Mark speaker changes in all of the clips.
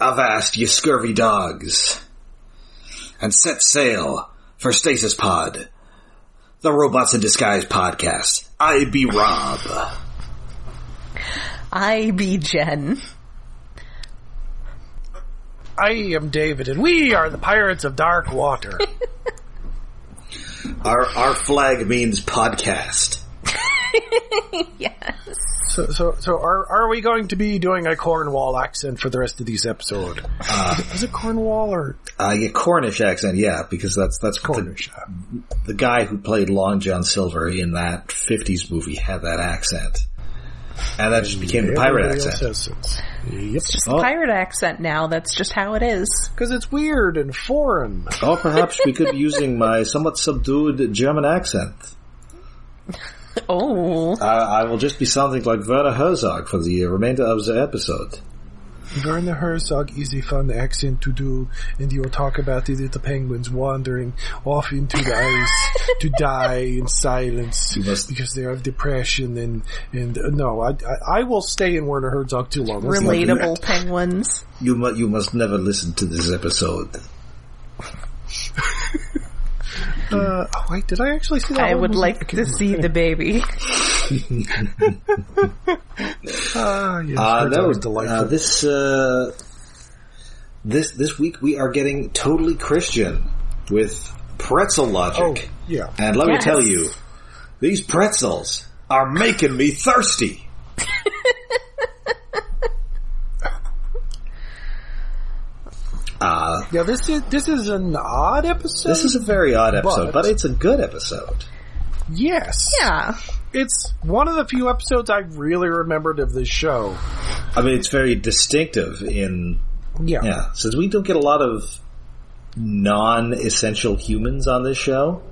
Speaker 1: avast, ye scurvy dogs, and set sail for Stasis Pod, the Robots in Disguise podcast. I be Rob.
Speaker 2: I be Jen.
Speaker 3: I am David, and we are the Pirates of Dark Water.
Speaker 1: Our our flag means podcast.
Speaker 2: yes.
Speaker 3: so, so, so are are we going to be doing a Cornwall accent for the rest of this episode? is, it, is it Cornwall or
Speaker 1: Uh, yeah, Cornish accent, yeah, because that's that's
Speaker 3: Cornish?
Speaker 1: The, the guy who played Long John Silver in that '50s movie had that accent, and that just became the pirate
Speaker 3: Everybody else
Speaker 1: accent.
Speaker 3: has it. Yep.
Speaker 2: Just the pirate accent now. That's just how it is.
Speaker 3: Because it's weird and foreign.
Speaker 1: Or perhaps we could be using my somewhat subdued German accent.
Speaker 2: Oh.
Speaker 1: Uh, I will just be something like Werner Herzog for the remainder of the episode.
Speaker 3: Werner Herzog is a fun accent to do, and you'll talk about the little penguins wandering off into the ice to die in silence
Speaker 1: You must-
Speaker 3: because they have depression and and uh, no, I, I I will stay in Werner Herzog too long. Let's not do that.
Speaker 2: Relatable penguins.
Speaker 1: You mu- you must never listen to this episode.
Speaker 3: Uh, oh, wait, did I actually see that?
Speaker 2: I
Speaker 3: one?
Speaker 2: would
Speaker 3: Was it-
Speaker 2: like to see the baby.
Speaker 3: Ah, yes,
Speaker 1: Uh,
Speaker 3: Herzog
Speaker 1: no,
Speaker 3: was delightful.
Speaker 1: uh, this uh, this this week we are getting totally Christian with pretzel
Speaker 3: oh,
Speaker 1: logic,
Speaker 3: yeah.
Speaker 1: and let
Speaker 2: Yes.
Speaker 1: me tell you, these pretzels are making me thirsty. uh,
Speaker 3: Yeah, this is this is an odd episode.
Speaker 1: this is a very odd episode,
Speaker 3: But-
Speaker 1: but it's a good episode.
Speaker 3: yes.
Speaker 2: Yeah.
Speaker 3: It's one of the few episodes I really remembered of this show.
Speaker 1: I mean, it's very distinctive in
Speaker 3: Yeah.
Speaker 1: yeah. Since we don't get a lot of non-essential humans on this show,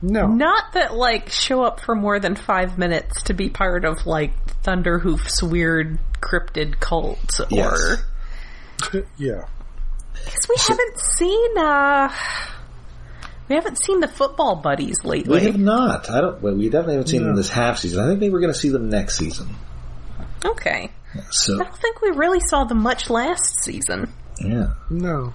Speaker 3: No.
Speaker 2: Not that like show up for more than five minutes to be part of like Thunderhoof's weird cryptid cult or
Speaker 1: Yes.
Speaker 3: yeah.
Speaker 2: Because we haven't seen uh we haven't seen the football buddies
Speaker 1: we
Speaker 2: lately.
Speaker 1: have not. I don't. well, We definitely haven't seen
Speaker 3: No.
Speaker 1: them this half season. I think maybe we're going to see them next season.
Speaker 2: Okay.
Speaker 1: So
Speaker 2: I don't think we really saw them much last season.
Speaker 1: yeah.
Speaker 3: No.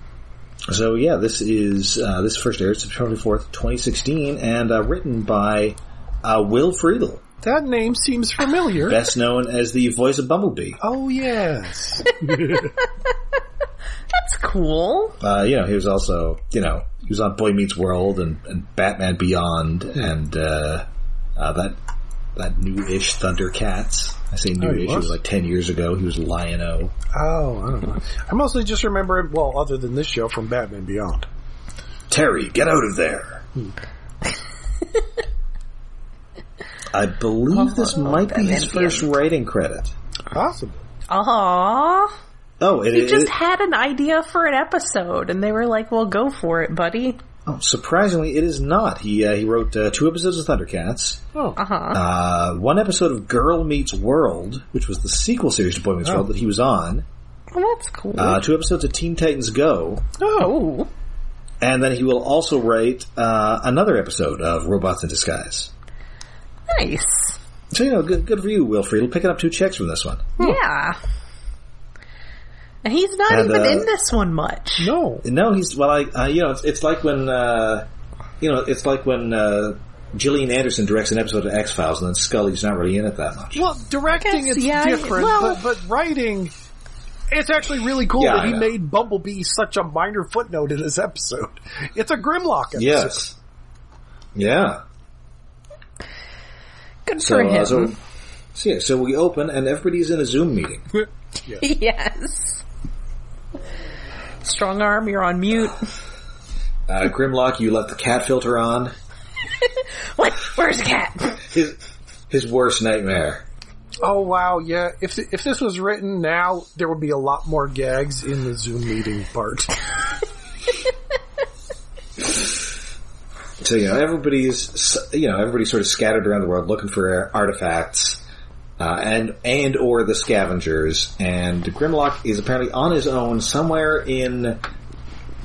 Speaker 1: So yeah, this is uh, this first aired September fourth, twenty sixteen, and uh, written by uh, Will Friedle,
Speaker 3: That name seems familiar.
Speaker 1: best known as the voice of Bumblebee.
Speaker 3: Oh yes.
Speaker 2: That's cool.
Speaker 1: Uh, you know, he was also you know he was on Boy Meets World and, and Batman Beyond and uh, uh, that that new-ish Thundercats. I say
Speaker 3: he
Speaker 1: new-ish. it
Speaker 3: was?
Speaker 1: was like ten years ago. He was Lion-O.
Speaker 3: Oh, I don't know. I mostly just remember it. Well, other than this show from Batman Beyond.
Speaker 1: Terry, get out of there. I believe this might be his first writing credit.
Speaker 3: Possibly.
Speaker 2: Aw.
Speaker 1: Oh, it
Speaker 2: He
Speaker 1: is.
Speaker 2: just had an idea for an episode and they were like, Well go for it, buddy.
Speaker 1: oh, surprisingly, it is not. He uh, he wrote uh, two episodes of Thundercats,
Speaker 3: Oh.
Speaker 2: Uh-huh.
Speaker 1: uh, one episode of Girl Meets World, which was the sequel series to Boy Meets
Speaker 3: Oh.
Speaker 1: World that he was on,
Speaker 2: Well, that's cool.
Speaker 1: uh, two episodes of Teen Titans Go,
Speaker 3: Oh.
Speaker 2: oh.
Speaker 1: and then he will also write uh, another episode of Robots in Disguise.
Speaker 2: Nice.
Speaker 1: So you know, good, good for you, Wilfried. Picking up two checks from this one.
Speaker 2: Yeah. And he's not
Speaker 1: And,
Speaker 2: even
Speaker 1: uh,
Speaker 2: in this one much.
Speaker 3: No.
Speaker 1: No, he's well. I uh, you know it's, it's like when uh, you know it's like when uh, Gillian Anderson directs an episode of X Files and then Scully's not really in it that much.
Speaker 3: Well, directing
Speaker 2: Guess,
Speaker 3: it's
Speaker 2: yeah,
Speaker 3: different,
Speaker 2: well-
Speaker 3: but, but writing. It's actually really cool
Speaker 1: Yeah,
Speaker 3: that
Speaker 1: I
Speaker 3: he
Speaker 1: know.
Speaker 3: made Bumblebee such a minor footnote in this episode. It's a Grimlock episode.
Speaker 1: Yes. Yeah.
Speaker 2: Good
Speaker 1: So,
Speaker 2: for
Speaker 1: uh,
Speaker 2: him.
Speaker 1: so, so yeah, so we open and everybody's in a Zoom meeting.
Speaker 2: yes. Strong arm, you're on mute.
Speaker 1: Uh, Grimlock, you left the cat filter on.
Speaker 2: What? Where's the cat?
Speaker 1: His his worst nightmare.
Speaker 3: Oh wow, yeah. If th- if this was written now, there would be a lot more gags in the Zoom meeting part.
Speaker 1: So you know everybody's you know everybody's sort of scattered around the world looking for artifacts. Uh, and and or the scavengers and Grimlock is apparently on his own somewhere in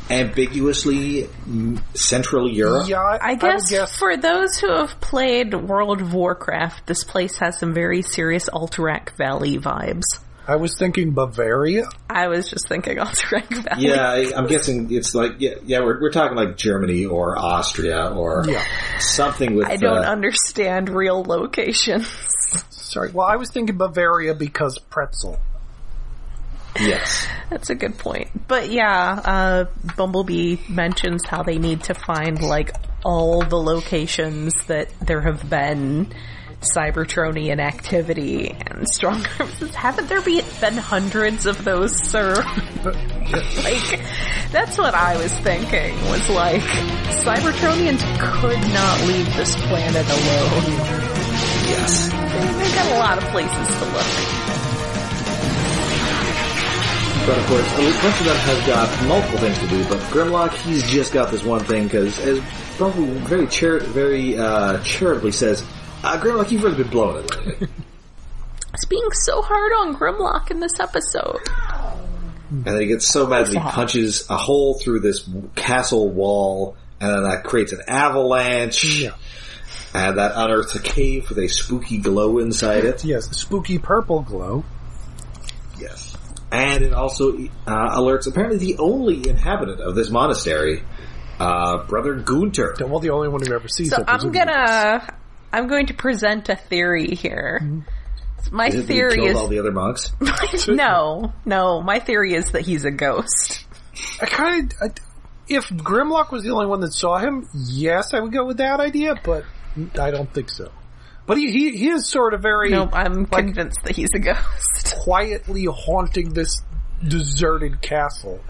Speaker 1: ambiguously mm, Central Europe.
Speaker 3: Yeah, I,
Speaker 2: I
Speaker 3: would
Speaker 2: guess, for those who have played World of Warcraft, this place has some very serious Alterac Valley vibes.
Speaker 3: I was thinking Bavaria.
Speaker 2: I was just thinking Alterac Valley.
Speaker 1: Yeah, I, I'm guessing it's like yeah, yeah. We're we're talking like Germany or Austria or
Speaker 3: Yeah.
Speaker 1: something with.
Speaker 2: I don't
Speaker 1: uh,
Speaker 2: understand real locations.
Speaker 3: Sorry. Well, I was thinking Bavaria because pretzel.
Speaker 1: yes,
Speaker 2: That's a good point. But yeah, uh, Bumblebee mentions how they need to find like all the locations that there have been Cybertronian activity and strong arms. Haven't there be, been hundreds of those, sir? like, that's what I was thinking was like, Cybertronians could not leave this planet alone.
Speaker 1: yes.
Speaker 2: They've got a lot of places to look.
Speaker 1: But of course, a bunch of them have got multiple things to do. But Grimlock, he's just got this one thing because, as Bumble very chari- very uh, charitably says, uh, Grimlock, you've really been blowing it. lately."
Speaker 2: It's being so hard on Grimlock in this episode.
Speaker 1: and then he gets so mad that he punches a hole through this castle wall, and then that creates an avalanche.
Speaker 3: Yeah.
Speaker 1: And that unearths a cave with a spooky glow inside it.
Speaker 3: Yes, spooky purple glow.
Speaker 1: Yes. And it also uh, alerts apparently the only inhabitant of this monastery, uh, Brother Gunter.
Speaker 3: Well, the only one who ever sees
Speaker 2: So
Speaker 3: it.
Speaker 2: I'm
Speaker 3: presumably.
Speaker 2: gonna I'm going to present a theory here. My
Speaker 1: Is it that he
Speaker 2: theory
Speaker 1: killed
Speaker 2: is
Speaker 1: all the other monks?
Speaker 2: no, no. My theory is that he's a ghost.
Speaker 3: I kind of. If Grimlock was the only one that saw him, yes, I would go with that idea, but I don't think so. But he he, he is sort of very
Speaker 2: No, I'm convinced that he's a ghost.
Speaker 3: quietly haunting this deserted castle.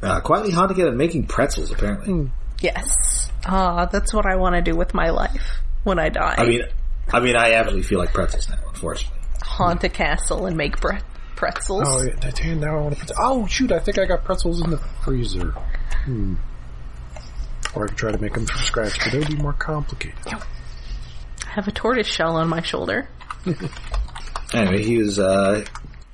Speaker 1: Uh, quietly haunting it and making pretzels, apparently.
Speaker 2: Yes, ah, that's what I want to do with my life when I die:
Speaker 1: I mean, I mean, I absolutely feel like pretzels now, unfortunately.
Speaker 2: haunt a castle and make bre- pretzels.
Speaker 3: Oh, yeah, that- damn, now I want to put. Oh, shoot! I think I got pretzels in the freezer. Hmm. Or I could try to make them from scratch, but that would be more complicated.
Speaker 2: I have a tortoise shell on my shoulder.
Speaker 1: Anyway, he is, uh,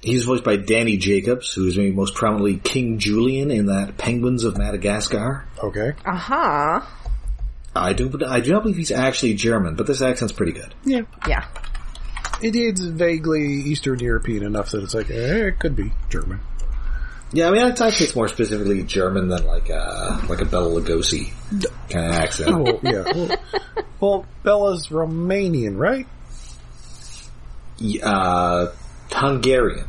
Speaker 1: he's voiced by Danny Jacobs, who's maybe most prominently King Julian in that Penguins of Madagascar.
Speaker 3: Okay.
Speaker 2: Aha!
Speaker 1: I do, I do not believe he's actually German, but this accent's pretty good.
Speaker 3: Yeah,
Speaker 2: Yeah,
Speaker 3: it is vaguely Eastern European enough that it's like eh, it could be German.
Speaker 1: Yeah, I mean, I'd I'd say it's more specifically German than like a like a Bela Lugosi kind of accent.
Speaker 3: Oh, yeah. Well, well, Bella's Romanian, right?
Speaker 1: Y- uh, Hungarian.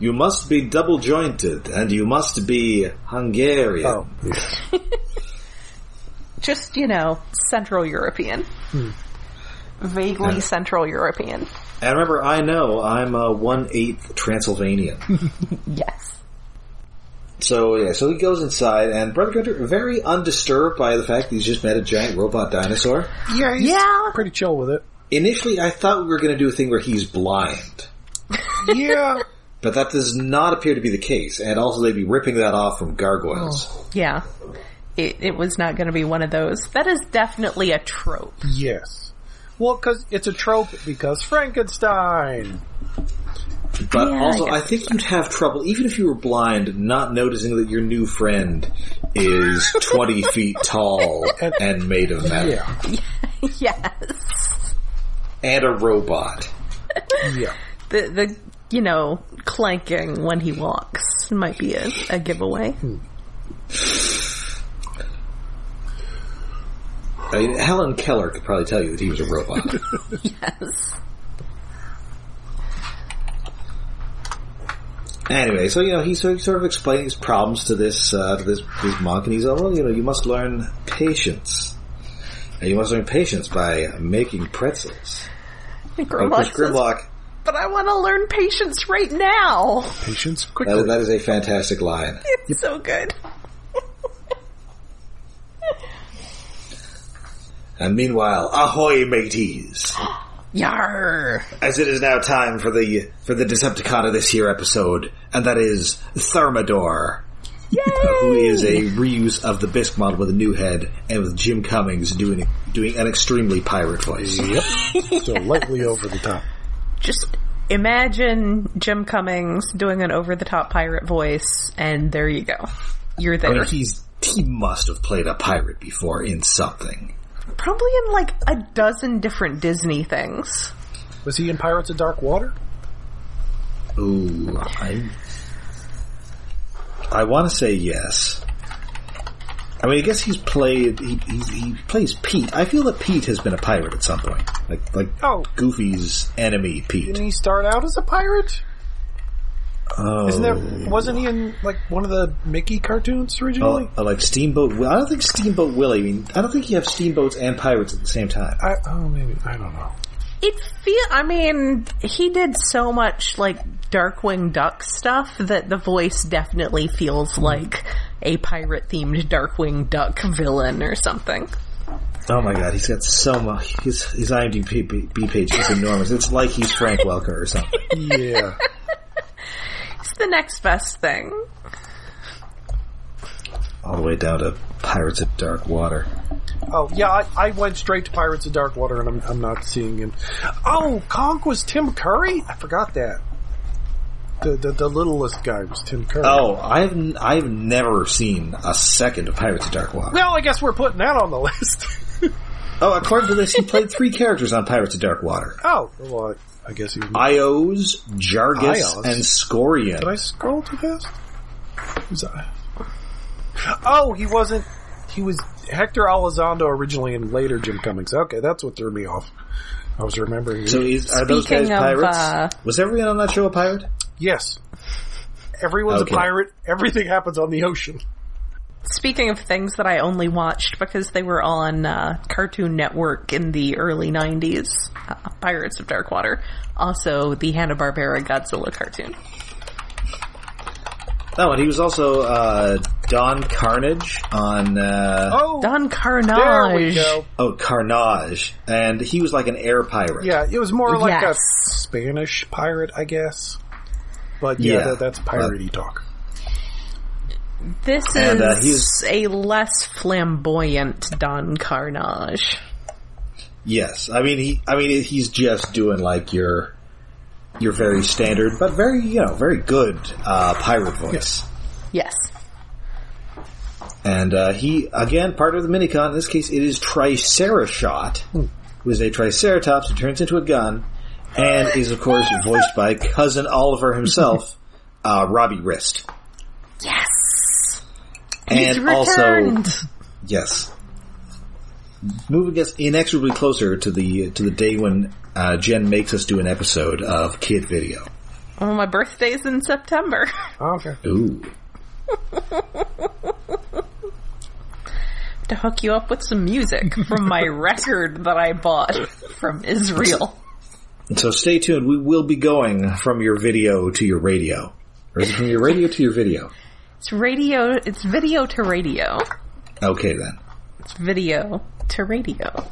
Speaker 1: You must be double jointed, and you must be Hungarian.
Speaker 3: Oh, yeah.
Speaker 2: just you know, Central European, vaguely
Speaker 1: Hmm. Yeah.
Speaker 2: Central European.
Speaker 1: And remember, I know I'm a one eighth Transylvanian.
Speaker 2: Yes.
Speaker 1: so yeah, so he goes inside, and Brother Gunter, very undisturbed by the fact that he's just met a giant robot dinosaur.
Speaker 3: yeah, he's
Speaker 2: Yeah.
Speaker 3: pretty chill with it.
Speaker 1: Initially, I thought we were going to do a thing where he's blind.
Speaker 3: Yeah,
Speaker 1: But that does not appear to be the case, and also they'd be ripping that off from gargoyles.
Speaker 2: Yeah. It, it was not going to be one of those. That is definitely a trope.
Speaker 3: yes. Well, because it's a trope because Frankenstein.
Speaker 1: But
Speaker 2: Yeah, I
Speaker 1: also,
Speaker 2: guess
Speaker 1: I, think you'd have trouble, even if you were blind, not noticing that your new friend is 20 feet tall and made of metal.
Speaker 3: Yeah,
Speaker 2: yes.
Speaker 1: And a robot.
Speaker 3: yeah.
Speaker 2: The, the, you know, clanking when he walks might be a, a giveaway.
Speaker 1: I mean, Helen Keller could probably tell you that he was a robot.
Speaker 2: Yes.
Speaker 1: Anyway, so you know he sort of, sort of explains problems to this uh, to this, this monk, and he's like, "Well, you know, you must learn patience, and you must learn patience by making pretzels." Of
Speaker 2: Grimlock
Speaker 1: course,
Speaker 2: says,
Speaker 1: Grimlock
Speaker 2: but I want to learn patience right now.
Speaker 3: Patience
Speaker 1: That,
Speaker 3: quickly.
Speaker 1: that is a fantastic line.
Speaker 2: It's so good.
Speaker 1: And meanwhile, ahoy, mateys!
Speaker 2: Yar.
Speaker 1: As it is now time for the for the Decepticon of this here episode, and that is Thermidor, who is a reuse of the Bisque model with a new head and with Jim Cummings doing doing an extremely pirate voice.
Speaker 3: Yep. So lightly over the top.
Speaker 2: Just imagine Jim Cummings doing an over the top pirate voice, and there you go. You're
Speaker 1: I
Speaker 2: there.
Speaker 1: mean, he's he must have played a pirate before in something.
Speaker 2: Probably in like a dozen different Disney things.
Speaker 3: Was he in Pirates of Dark Water?
Speaker 1: Ooh, I I want to say yes. I mean, I guess he's played. He, he he plays Pete. I feel that Pete has been a pirate at some point, like like
Speaker 3: Oh.
Speaker 1: Goofy's enemy,
Speaker 3: Didn't
Speaker 1: Pete.
Speaker 3: he start out as a pirate?
Speaker 1: Oh,
Speaker 3: Isn't there? Wasn't he in like one of the Mickey cartoons originally?
Speaker 1: Oh, like Steamboat. Wi- I don't think Steamboat Willie. I mean, I don't think you have steamboats and pirates at the same time.
Speaker 3: I, oh, maybe I don't know.
Speaker 2: It feel. I mean, he did so much like Darkwing Duck stuff that the voice definitely feels like a pirate themed Darkwing Duck villain or something.
Speaker 1: Oh my god, he's got so much. His his IMDb p- page is enormous. It's like he's Frank Welker or something.
Speaker 3: Yeah,
Speaker 2: It's the next best thing.
Speaker 1: All the way down to Pirates of Dark Water.
Speaker 3: Oh yeah, I, I went straight to Pirates of Dark Water, and I'm, I'm not seeing him. Oh, Conk was Tim Curry. I forgot that. The the, the littlest guy was Tim Curry.
Speaker 1: Oh, I've n- I've never seen a second of Pirates of Dark Water.
Speaker 3: well, I guess we're putting that on the list.
Speaker 1: Oh, according to this, he played three characters on Pirates of Dark Water:
Speaker 3: oh, well, I, I guess he. Was,
Speaker 1: Ios, Jargus,
Speaker 3: Ios?
Speaker 1: and Scorian.
Speaker 3: did I scroll too fast? Was I- oh, he wasn't. He was Hector Elizondo originally, and later Jim Cummings. Okay, that's what threw me off. I was remembering.
Speaker 1: so is, are those guys
Speaker 2: Speaking of,
Speaker 1: pirates?
Speaker 2: uh,
Speaker 1: Was everyone on that show a pirate?
Speaker 3: yes, everyone's
Speaker 1: Okay.
Speaker 3: a pirate. Everything happens on the ocean.
Speaker 2: Speaking of things that I only watched because they were on uh, Cartoon Network in the early 90s, uh, Pirates of Dark Water, also the Hanna-Barbera Godzilla cartoon.
Speaker 1: Oh, and he was also uh, Don Carnage on. Uh,
Speaker 3: Oh,
Speaker 2: Don Carnage.
Speaker 3: There we go.
Speaker 1: Oh, Carnage, and he was like an air pirate.
Speaker 3: Yeah, it was more like
Speaker 2: Yes.
Speaker 3: a Spanish pirate, I guess. But yeah,
Speaker 1: Yeah.
Speaker 3: that, that's piratey talk.
Speaker 2: This
Speaker 1: And, uh,
Speaker 2: is a less flamboyant Don Carnage.
Speaker 1: Yes, I mean he. I mean he's just doing like your, your very standard, but very you know very good uh, pirate voice.
Speaker 2: Yes.
Speaker 1: And uh, he again part of the minicon. In this case, it is Tricerashot, who is a Triceratops who turns into a gun, and is of course voiced by cousin Oliver himself, uh, Robbie Wrist,
Speaker 2: Yes.
Speaker 1: and
Speaker 2: He's returned.
Speaker 1: also Yes. Moving us inexorably closer to the to the day when uh, Jen makes us do an episode of Kid Video.
Speaker 2: oh, my birthday's in September.
Speaker 3: okay.
Speaker 1: Ooh.
Speaker 2: to hook you up with some music from my record that I bought from Israel.
Speaker 1: So stay tuned. We will be going from your video to your radio, or is it from your radio to your video?
Speaker 2: It's radio. It's video to radio.
Speaker 1: Okay then.
Speaker 2: It's video to radio.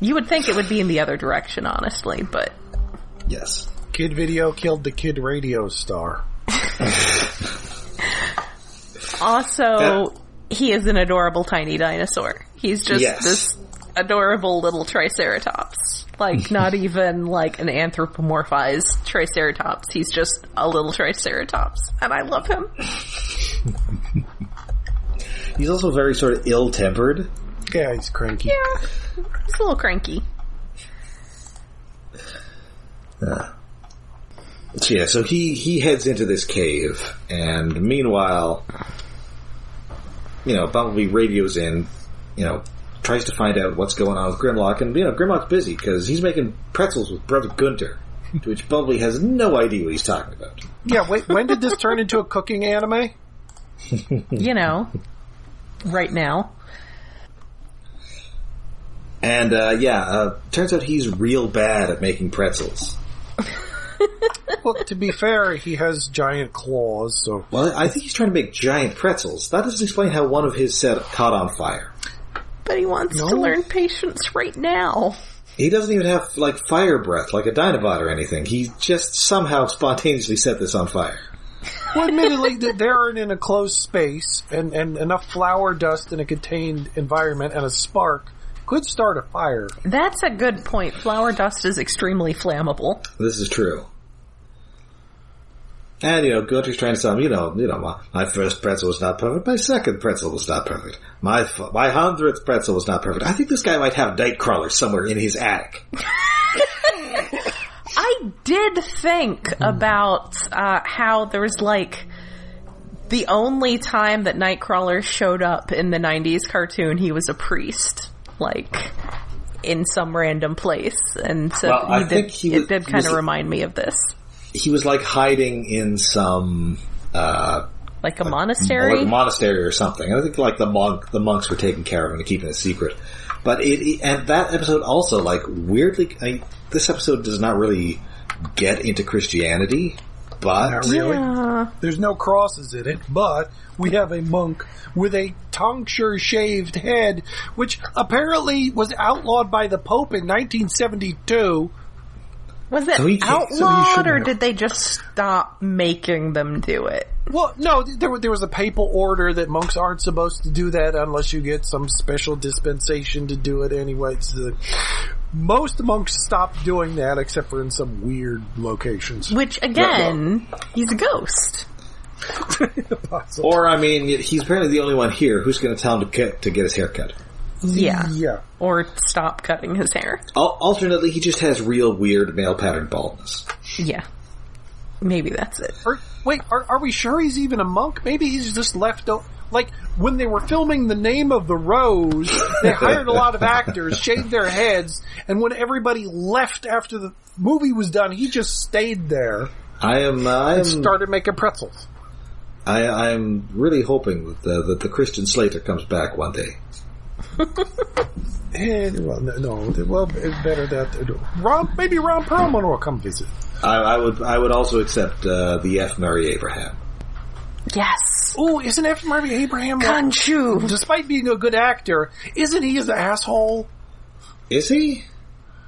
Speaker 2: You would think it would be in the other direction, honestly, but
Speaker 1: Yes.
Speaker 3: Kid Video killed the Kid Radio star.
Speaker 2: also
Speaker 1: Yeah.
Speaker 2: he is an adorable tiny dinosaur. He's just
Speaker 1: Yes.
Speaker 2: this adorable little triceratops. Like not even like an anthropomorphized triceratops. He's just a little triceratops, and I love him.
Speaker 1: He's also very sort of ill tempered.
Speaker 3: Yeah, he's cranky.
Speaker 2: Yeah, he's a little cranky.
Speaker 1: Uh, So yeah, so he he heads into this cave, and meanwhile, you know, Bumblebee radios in, you know, tries to find out what's going on with Grimlock, and you know, Grimlock's busy because he's making pretzels with Brother Gunter, to which Bumblebee has no idea what he's talking about.
Speaker 3: Yeah, wait, when did this turn into a cooking anime?
Speaker 2: You know, right now.
Speaker 1: And uh, yeah, uh, turns out he's real bad at making pretzels.
Speaker 3: Well, to be fair, he has giant claws, so
Speaker 1: Well, I think he's trying to make giant pretzels. That doesn't explain how one of his set caught on fire.
Speaker 2: But he wants to
Speaker 3: No.
Speaker 2: learn patience right now.
Speaker 1: He doesn't even have like fire breath like a Dinobot or anything. He just somehow spontaneously set this on fire.
Speaker 3: Well, admittedly, th- they're in an enclosed space, and, and enough flour dust in a contained environment and a spark could start a fire.
Speaker 2: That's a good point. Flower dust is extremely flammable.
Speaker 1: This is true. And you know, Gunter's trying to tell him, you know, you know, my, my first pretzel was not perfect. My second pretzel was not perfect. My f- my hundredth pretzel was not perfect. I think this guy might have Nightcrawler somewhere in his attic.
Speaker 2: I I did think about uh, how there was like the only time that Nightcrawler showed up in the 90s cartoon, he was a priest. Like. In some random place, and so
Speaker 1: Well, I
Speaker 2: he
Speaker 1: think
Speaker 2: did,
Speaker 1: he was-
Speaker 2: it did
Speaker 1: he
Speaker 2: kind of
Speaker 1: was-
Speaker 2: remind me of this,
Speaker 1: He was like hiding in some uh,
Speaker 2: like a
Speaker 1: or
Speaker 2: monastery.
Speaker 1: the monastery or something. And I think like the monk, the monks were taking care of him and keeping it secret. But it, it- and that episode also like weirdly, I, this episode does not really get into Christianity, but
Speaker 3: Not really.
Speaker 2: Yeah.
Speaker 3: There's no crosses in it, but we have a monk with a tonsure shaved head, which apparently was outlawed by the Pope in 1972.
Speaker 2: Was it
Speaker 1: So he can't- so he
Speaker 2: outlawed,
Speaker 1: shouldn't
Speaker 2: or
Speaker 1: have.
Speaker 2: did they just stop making them do it?
Speaker 3: Well, no, th- there, wa- there was a papal order that monks aren't supposed to do that unless you get some special dispensation to do it anyway. So most monks stopped doing that except for in some weird locations.
Speaker 2: Which again, he's a ghost.
Speaker 1: or I mean, he's apparently the only one here who's going to tell him to get to get his hair cut.
Speaker 2: Yeah.
Speaker 3: Yeah.
Speaker 2: Or stop cutting his hair.
Speaker 1: Al- alternately, he just has real weird male pattern baldness.
Speaker 2: Yeah. Maybe that's it.
Speaker 3: Or, wait, are, are we sure he's even a monk? Maybe he's just left. O- like when they were filming The Name of the Rose, they hired a lot of actors, shaved their heads, and when everybody left after the movie was done, he just stayed there
Speaker 1: I am, uh, I am,
Speaker 3: and started making pretzels.
Speaker 1: I, I am really hoping that the, that the Christian Slater comes back one day.
Speaker 3: Eh, well, no, no, well, it's better that Ron, maybe Ron Perlman will come visit.
Speaker 1: I, I would, I would also accept uh, the F. Murray Abraham.
Speaker 2: Yes.
Speaker 3: Ooh, isn't F. Murray Abraham? like-
Speaker 2: Kanchu.
Speaker 3: despite being a good actor, isn't he an asshole?
Speaker 1: Is he?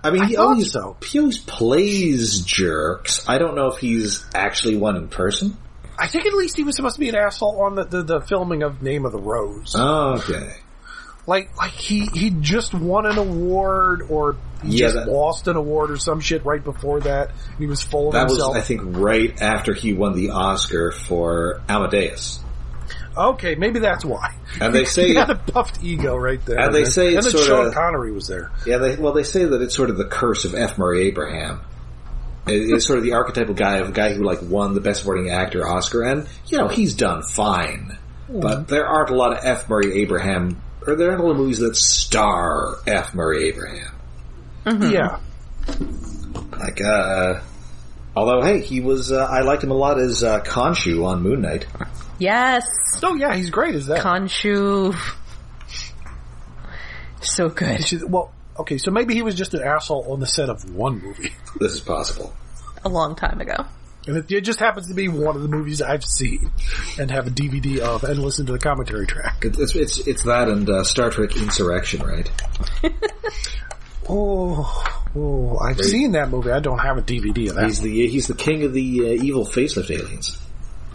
Speaker 1: I mean,
Speaker 3: I
Speaker 1: he
Speaker 3: thought
Speaker 1: always,
Speaker 3: so.
Speaker 1: he always plays jerks. I don't know if he's actually one in person.
Speaker 3: I think at least he was supposed to be an asshole on the, the, the filming of Name of the Rose.
Speaker 1: Oh, okay.
Speaker 3: Like, like he, he just won an award or he
Speaker 1: Yeah,
Speaker 3: just
Speaker 1: that-
Speaker 3: lost an award or some shit right before that. And he was full of
Speaker 1: That was,
Speaker 3: himself.
Speaker 1: I think, right after he won the Oscar for Amadeus.
Speaker 3: okay, maybe that's why.
Speaker 1: And they say,
Speaker 3: He had a puffed ego right there.
Speaker 1: And they
Speaker 3: man.
Speaker 1: say
Speaker 3: and
Speaker 1: it's
Speaker 3: then
Speaker 1: sorta-
Speaker 3: Sean Connery was there.
Speaker 1: yeah, they, well, they say that it's sort of the curse of F. Murray Abraham. It- It's sort of the archetypal guy of a guy who like won the Best Supporting Actor Oscar, and you know he's done fine.
Speaker 3: Hmm.
Speaker 1: But there aren't a lot of F. Murray Abraham, or there aren't a lot of movies that star F. Murray Abraham.
Speaker 3: Yeah.
Speaker 1: Like, uh, although, hey, he was, uh, I liked him a lot as, uh, Khonshu on Moon Knight.
Speaker 2: Yes.
Speaker 3: So yeah, he's great as that.
Speaker 2: Kanchu. So good.
Speaker 3: She's- well, okay, so maybe he was just an asshole on the set of one movie.
Speaker 1: This is possible.
Speaker 2: A long time ago.
Speaker 3: And it, it just happens to be one of the movies I've seen and have a DVD of and listen to the commentary track.
Speaker 1: It- It's, it's, it's that and, uh, Star Trek Insurrection, right?
Speaker 3: Oh, oh I've seen that movie. I don't have a DVD of that.
Speaker 1: He's the, he's the king of the, uh, evil facelift aliens.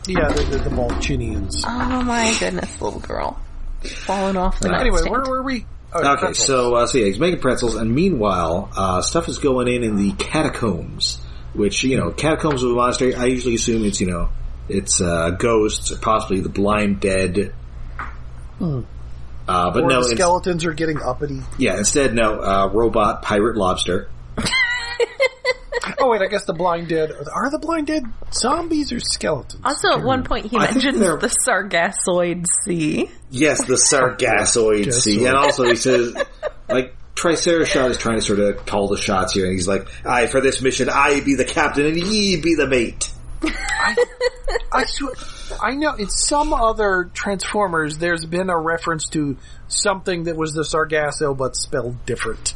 Speaker 3: yeah, the, the, the Malchinians.
Speaker 2: Oh my goodness, little girl. Falling off the
Speaker 3: Anyway,
Speaker 2: nightstand.
Speaker 3: where were we? Oh,
Speaker 1: Okay,
Speaker 3: pretzels.
Speaker 1: so, uh, so yeah, he's making pretzels, and meanwhile, uh, stuff is going in in the catacombs, which, you know, catacombs of a monastery, I usually assume it's, you know, it's, uh, ghosts, or possibly the blind dead. Uh, but
Speaker 3: Or
Speaker 1: no,
Speaker 3: the
Speaker 1: it's-
Speaker 3: skeletons are getting uppity.
Speaker 1: yeah, instead, no, uh, robot pirate lobster.
Speaker 3: Oh wait, I guess the blind dead are the blind dead zombies or skeletons?
Speaker 2: Also, at one point, he
Speaker 1: I think
Speaker 2: mentions
Speaker 1: they're-
Speaker 2: the Sargassoid Sea.
Speaker 1: Yes, the Sargassoid Sea. And also he says, like, Tricerashot is trying to sort of call the shots here, and he's like, I, for this mission, I be the captain and ye be the mate.
Speaker 3: I swear, I know in some other Transformers, there's been a reference to something that was the Sargasso but spelled different.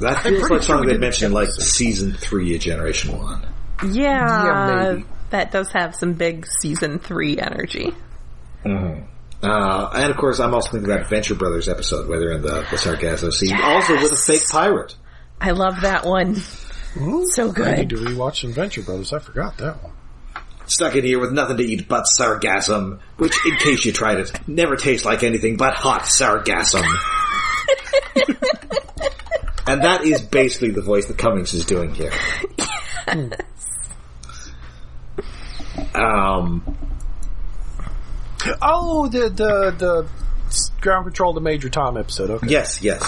Speaker 1: That feels
Speaker 3: pretty
Speaker 1: like
Speaker 3: sure we
Speaker 1: something they
Speaker 3: did
Speaker 1: mentioned in, like, season three of Generation 1.
Speaker 2: Yeah,
Speaker 3: maybe.
Speaker 2: that does have some big season three energy.
Speaker 1: Uh, and of course, I'm also thinking about Venture Brothers episode where they're in the, the Sargasso Sea, also with a fake pirate.
Speaker 2: I love that one. So
Speaker 3: I need to
Speaker 2: good.
Speaker 3: rewatch Adventure Brothers. I forgot that one.
Speaker 1: Stuck in here with nothing to eat but sargassum, which, in case you tried it, never tastes like anything but hot sargassum. and that is basically the voice that Cummings is doing here. Um,
Speaker 3: Oh, the the the ground control to Major Tom episode. Okay,
Speaker 1: yes, yes.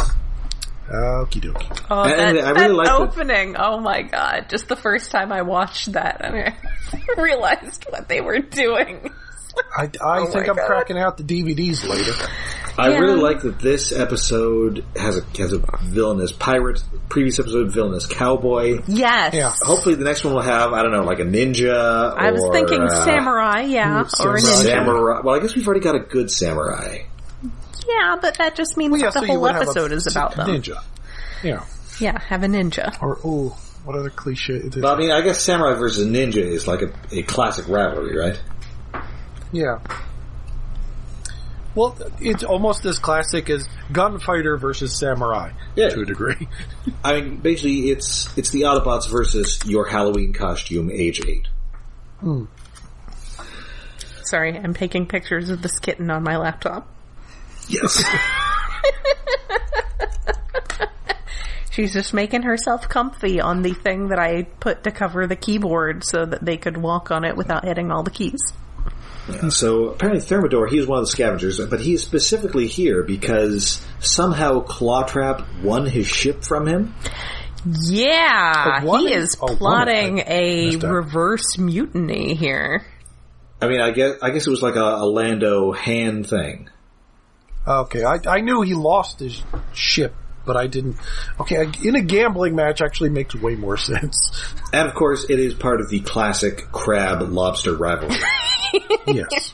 Speaker 3: Okie dokie.
Speaker 2: Oh,
Speaker 1: And-
Speaker 2: that,
Speaker 1: and I really
Speaker 2: that
Speaker 1: like that-
Speaker 2: opening! Oh my god! Just the first time I watched that, I, mean, I realized what they were doing.
Speaker 3: I, I
Speaker 2: Oh
Speaker 3: think
Speaker 2: my
Speaker 3: I'm
Speaker 2: God.
Speaker 3: cracking out the DVDs later.
Speaker 1: I
Speaker 2: Yeah.
Speaker 1: really like that this episode has a has a villainous pirate. Previous episode villainous cowboy.
Speaker 2: Yes,
Speaker 3: Yeah.
Speaker 1: Hopefully, the next one will have I don't know like a ninja.
Speaker 2: I was
Speaker 1: or,
Speaker 2: thinking
Speaker 1: uh,
Speaker 2: samurai. Yeah,
Speaker 3: mm,
Speaker 2: or a
Speaker 3: samurai.
Speaker 2: ninja.
Speaker 1: Samurai. Well, I guess we've already got a good samurai.
Speaker 2: Yeah, but that just means
Speaker 3: Yeah,
Speaker 2: the
Speaker 3: so you
Speaker 2: whole
Speaker 3: would have a
Speaker 2: episode is about them.
Speaker 3: ninja. Yeah.
Speaker 2: Yeah, have a ninja.
Speaker 3: Or ooh, what other cliche? is it?
Speaker 1: But I mean, I guess samurai versus ninja is like a, a classic rivalry, right?
Speaker 3: Yeah. Well, it's almost as classic as gunfighter versus samurai
Speaker 1: Yeah.
Speaker 3: to a degree.
Speaker 1: I mean, basically, it's it's the Autobots versus your Halloween costume, age eight.
Speaker 2: Sorry, I'm taking pictures of this kitten on my laptop.
Speaker 1: Yes.
Speaker 2: She's just making herself comfy on the thing that I put to cover the keyboard so that they could walk on it without hitting all the keys.
Speaker 1: So apparently Thermidor, he was one of the scavengers, but he is specifically here because somehow Clawtrap won his ship from him.
Speaker 2: Yeah,
Speaker 3: A woman-
Speaker 2: he is
Speaker 3: a woman,
Speaker 2: plotting
Speaker 3: I
Speaker 2: a
Speaker 3: messed up.
Speaker 2: reverse mutiny here.
Speaker 1: I mean, I guess I guess it was like a, a Lando hand thing.
Speaker 3: Okay, I, I knew he lost his ship, but I didn't. Okay, in a gambling match actually makes way more sense.
Speaker 1: And of course, it is part of the classic crab lobster rivalry.
Speaker 3: Yes.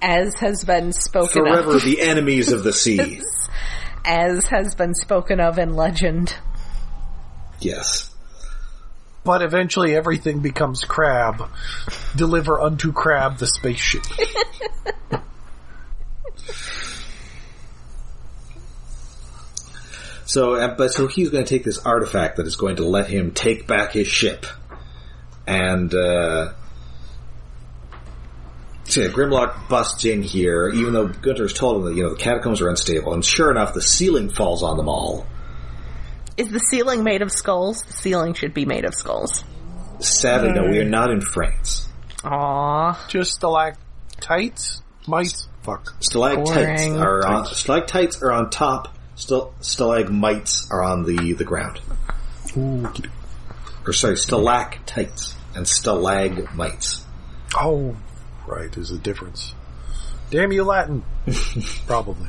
Speaker 2: As has been spoken
Speaker 1: Forever
Speaker 2: of,
Speaker 1: the enemies of the sea.
Speaker 2: as has been spoken of in legend.
Speaker 1: Yes.
Speaker 3: but eventually everything becomes crab. Deliver unto crab the spaceship.
Speaker 1: So, uh, but so he's going to take this artifact that is going to let him take back his ship, and uh, so yeah, Grimlock busts in here, even though Gunter's told him that you know the catacombs are unstable, and sure enough, the ceiling falls on them all.
Speaker 2: Is the ceiling made of skulls? The ceiling should be made of skulls.
Speaker 1: Sadly, no, we are not in France.
Speaker 2: Aw.
Speaker 3: Just stalactites? Mites? Fuck.
Speaker 1: Stalactites
Speaker 2: Boring.
Speaker 1: are on, stalactites are on top. Stal- stalagmites are on the the ground,
Speaker 3: Ooh.
Speaker 1: or sorry, stalactites and stalagmites.
Speaker 3: Oh, right, there's a difference. Damn you, Latin. Probably.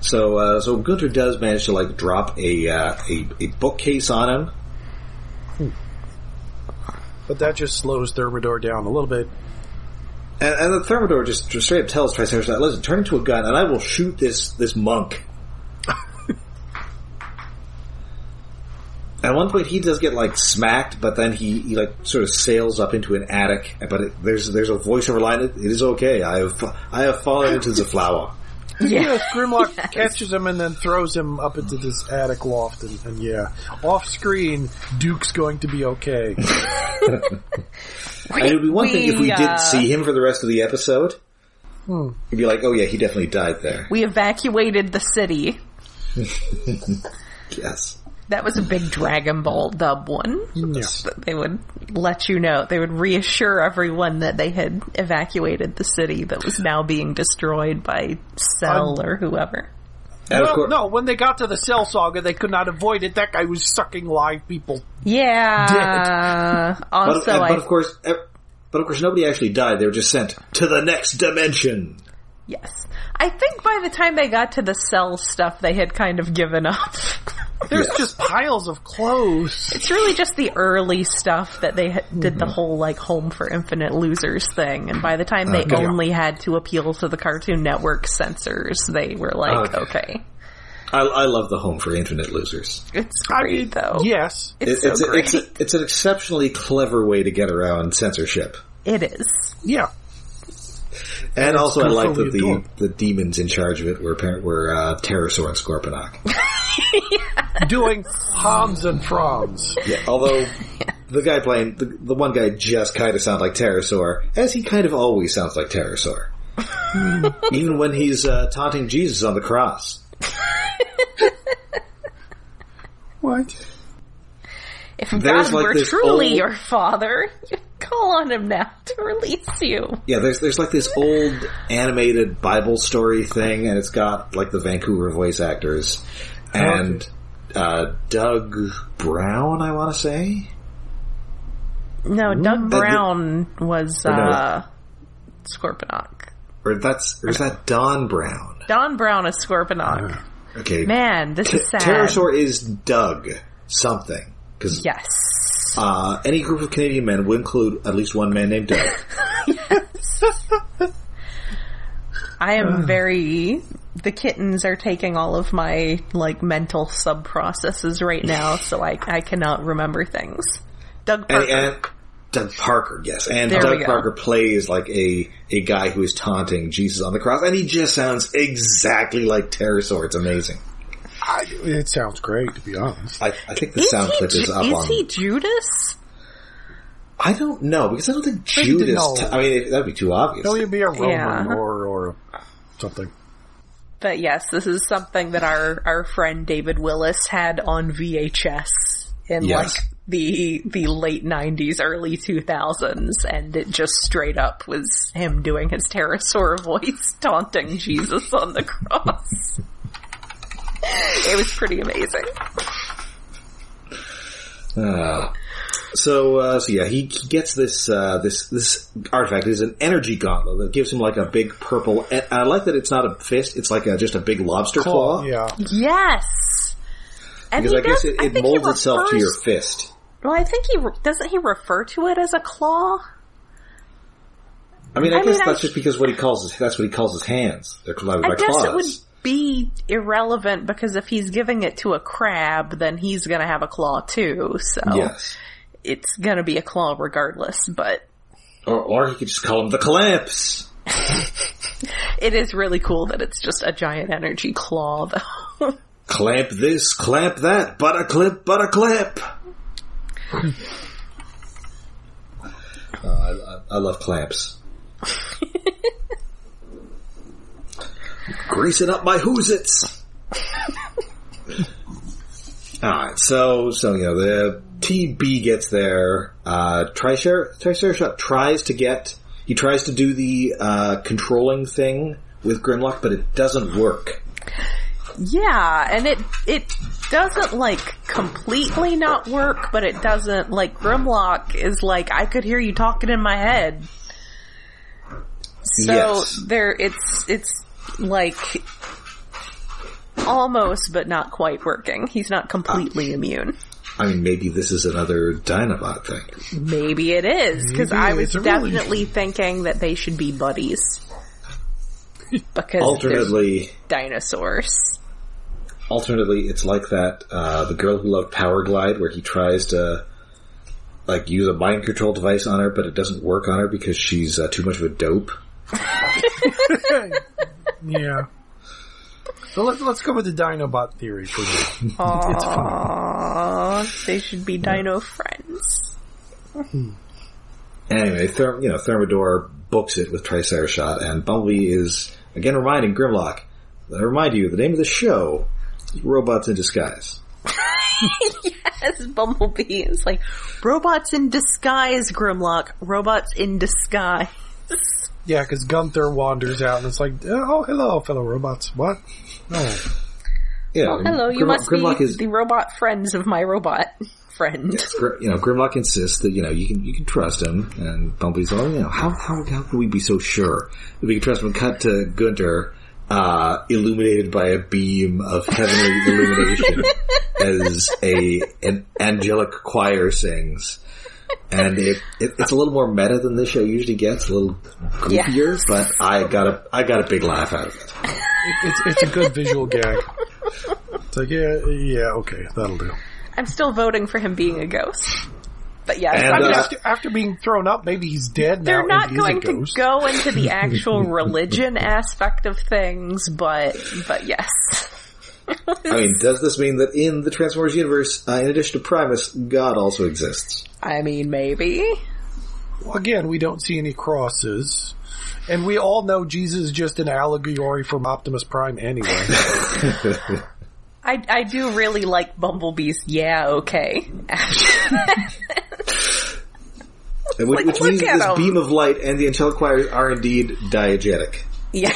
Speaker 1: So uh, so Gunter does manage to like drop a uh, a, a bookcase on him.
Speaker 3: But that just slows Thermidor down a little bit.
Speaker 1: And, and the Thermidor just, just straight up tells Triceratops, that, listen, turn into a gun and I will shoot this, this monk. At one point he does get like smacked, but then he, he like sort of sails up into an attic, but it, there's, there's a voiceover line, it, it is okay, I have, fa- I have fallen into the flower.
Speaker 3: Yes, Grimlock catches him and then throws him up into this attic loft, and, and yeah, off screen, Duke's going to be okay.
Speaker 1: And it would be one thing if we
Speaker 2: uh,
Speaker 1: didn't see him for the rest of the episode.
Speaker 3: Hmm.
Speaker 1: You'd be like, oh yeah, he definitely died there.
Speaker 2: We evacuated the city.
Speaker 1: Yes.
Speaker 2: That was a big Dragon Ball dub one.
Speaker 3: Yeah.
Speaker 2: that they would let you know. They would reassure everyone that they had evacuated the city that was now being destroyed by Cell or whoever.
Speaker 1: And of
Speaker 3: Well,
Speaker 1: cour-
Speaker 3: no, when they got to the Cell Saga, they could not avoid it. That guy was sucking live people.
Speaker 2: Yeah.
Speaker 1: But,
Speaker 2: Also,
Speaker 1: and- but
Speaker 2: I
Speaker 1: of course, e- but of course, nobody actually died. They were just sent to the next dimension.
Speaker 2: yes, I think by the time they got to the Cell stuff, they had kind of given up.
Speaker 3: There's just piles of clothes.
Speaker 2: it's really just the early stuff that they ha- did
Speaker 1: Mm-hmm.
Speaker 2: the whole like Home for Infinite Losers thing, and by the time they
Speaker 1: Okay.
Speaker 2: only had to appeal to the Cartoon Network censors, they were like,
Speaker 1: Okay.
Speaker 2: okay.
Speaker 1: I, I love the home for internet losers.
Speaker 2: It's
Speaker 3: I
Speaker 2: great
Speaker 3: mean,
Speaker 2: though.
Speaker 3: yes.
Speaker 2: It's
Speaker 1: It-
Speaker 2: so
Speaker 1: it's, it's,
Speaker 2: great.
Speaker 1: it's an exceptionally clever way to get around censorship.
Speaker 2: It is.
Speaker 3: Yeah.
Speaker 1: And also, I like that
Speaker 3: completely
Speaker 1: the,
Speaker 3: adorable.
Speaker 1: the demons in charge of it were apparent were uh, Pterosaur and Scorponok.
Speaker 3: Doing Hans and Franz.
Speaker 1: Yeah, although the guy playing the, the one guy just kind of sounds like Pterosaur, as he kind of always sounds like Pterosaur, even when he's uh, taunting Jesus on the cross.
Speaker 3: What?
Speaker 2: If
Speaker 1: There's like
Speaker 2: God were
Speaker 1: this
Speaker 2: truly
Speaker 1: old-
Speaker 2: your father, you'd call on him now to release you.
Speaker 1: Yeah, there's there's like this old animated Bible story thing, and it's got like the Vancouver voice actors, and uh, Doug Brown, I want to say.
Speaker 2: No, Doug
Speaker 1: that-
Speaker 2: Brown was
Speaker 1: no.
Speaker 2: uh, Scorponok.
Speaker 1: Or that's or is that Don Brown?
Speaker 2: Don Brown is
Speaker 1: Uh.
Speaker 2: Scorponok.
Speaker 1: Okay,
Speaker 2: Man, this is sad.
Speaker 1: Pterosaur is Doug something because
Speaker 2: Yes.
Speaker 1: uh, any group of Canadian men would include at least one man named Doug.
Speaker 2: I am very. The kittens are taking all of my like mental sub processes right now, so I I cannot remember things. Doug
Speaker 1: and,
Speaker 2: Parker.
Speaker 1: and Doug Parker, yes, and
Speaker 2: There we
Speaker 1: Doug
Speaker 2: go.
Speaker 1: Parker plays like a a guy who is taunting Jesus on the cross, and he just sounds exactly like Pterosaur. It's amazing.
Speaker 4: I, it sounds great, to be honest.
Speaker 1: I, I think the
Speaker 2: is
Speaker 1: sound
Speaker 2: he,
Speaker 1: clip is
Speaker 2: Ju-
Speaker 1: up
Speaker 2: is
Speaker 1: on.
Speaker 2: he Judas?
Speaker 1: I don't know because I don't think Judas.
Speaker 4: no.
Speaker 1: t- I mean, that'd be too obvious.
Speaker 4: It'll be a Roman
Speaker 2: Yeah.
Speaker 4: or, or something.
Speaker 2: But yes, this is something that our our friend David Willis had on VHS in
Speaker 1: Yes.
Speaker 2: like the the late '90s, early 2000s, and it just straight up was him doing his pterosaur voice, taunting Jesus on the cross. it was pretty amazing.
Speaker 1: Uh, so, uh, so yeah, he, he gets this uh, this this artifact. It's an energy gauntlet that gives him like a big purple. And I like that it's not a fist; it's like a, just a big lobster claw.
Speaker 4: Yeah.
Speaker 2: Yes. And
Speaker 1: because
Speaker 2: he
Speaker 1: I guess
Speaker 2: does-
Speaker 1: it,
Speaker 2: I
Speaker 1: it
Speaker 2: think he
Speaker 1: molds itself to
Speaker 2: refers-
Speaker 1: your fist.
Speaker 2: Well, I think he re- doesn't he refer to it as a claw.
Speaker 1: I mean, I,
Speaker 2: I mean,
Speaker 1: guess
Speaker 2: I-
Speaker 1: that's just because what he calls his, that's what he calls his hands. They're collated
Speaker 2: I
Speaker 1: by
Speaker 2: guess
Speaker 1: claws.
Speaker 2: it would be irrelevant because if he's giving it to a crab, then he's going to have a claw too. So
Speaker 1: Yes,
Speaker 2: it's going to be a claw regardless. But
Speaker 1: or or he could just call him the clamps.
Speaker 2: it is really cool that it's just a giant energy claw, though.
Speaker 1: Clamp this, clamp that, butter clip, butter clip. Uh, I, I- I love clamps. Greasing up my hoosits. All right, so so you know the TB gets there. Uh, Tricer Triceratops tries to get he tries to do the uh, controlling thing with Grimlock, but it doesn't work.
Speaker 2: yeah, and it it doesn't like completely not work, but it doesn't like Grimlock is like I could hear you talking in my head. So
Speaker 1: Yes.
Speaker 2: there, it's it's like almost, but not quite working. He's not completely immune.
Speaker 1: I mean, maybe this is another Dinobot thing.
Speaker 2: Maybe it is because I
Speaker 4: Maybe
Speaker 2: was
Speaker 4: it's a really-
Speaker 2: definitely thinking that they should be buddies because there's
Speaker 1: Alternately,
Speaker 2: dinosaurs.
Speaker 1: alternately, it's like that uh, the girl who loved Power Glide, where he tries to like use a mind control device on her, but it doesn't work on her because she's uh, too much of a dope.
Speaker 4: Yeah.
Speaker 3: So let's let's go with the Dinobot theory. For this.
Speaker 2: Aww, they should be dino friends.
Speaker 1: Anyway, Therm- you know, Thermidor books it with Tricerashot, and Bumblebee is again reminding Grimlock. I remind you, the name of the show: is Robots in Disguise.
Speaker 2: As Bumblebee is like robots in disguise, Grimlock. Robots in disguise.
Speaker 4: Yeah, because Gunther wanders out and it's like, oh, hello, fellow robots. What? No.
Speaker 1: Yeah,
Speaker 2: Oh, hello, you
Speaker 1: Grimlock-
Speaker 2: must
Speaker 1: Grimlock
Speaker 2: be
Speaker 1: is
Speaker 2: the robot friends of my robot friend.
Speaker 1: Gr- you know, Grimlock insists that you know you can you can trust him, and Bumblebee's like, "Oh, you know, how how how can we be so sure that we can trust him? Cut to Gunter, uh, illuminated by a beam of heavenly illumination as a an angelic choir sings, and it, it it's a little more meta than this show usually gets, a little goofier, but I got a I got a big laugh out of it.
Speaker 4: It's, it's a good visual gag. It's like, yeah, yeah, okay, that'll do.
Speaker 2: I'm still voting for him being a ghost. But yes,
Speaker 1: And,
Speaker 2: I'm
Speaker 1: uh,
Speaker 2: gonna-
Speaker 4: After, after being thrown up, maybe he's dead now.
Speaker 2: they're
Speaker 4: and
Speaker 2: not
Speaker 4: he's
Speaker 2: going
Speaker 4: a
Speaker 2: to
Speaker 4: ghost.
Speaker 2: go into the actual religion aspect of things, but but yes.
Speaker 1: I mean, does this mean that in the Transformers universe, uh, in addition to Primus, God also exists?
Speaker 2: I mean, maybe.
Speaker 4: Again, we don't see any crosses.
Speaker 3: And we all know Jesus is just an allegory from Optimus Prime anyway.
Speaker 2: I, I do really like Bumblebee's yeah, okay.
Speaker 1: And which,
Speaker 2: Like,
Speaker 1: which
Speaker 2: look
Speaker 1: means
Speaker 2: at
Speaker 1: this
Speaker 2: 'em.
Speaker 1: beam of light and the angelic choir are indeed diegetic.
Speaker 2: yeah.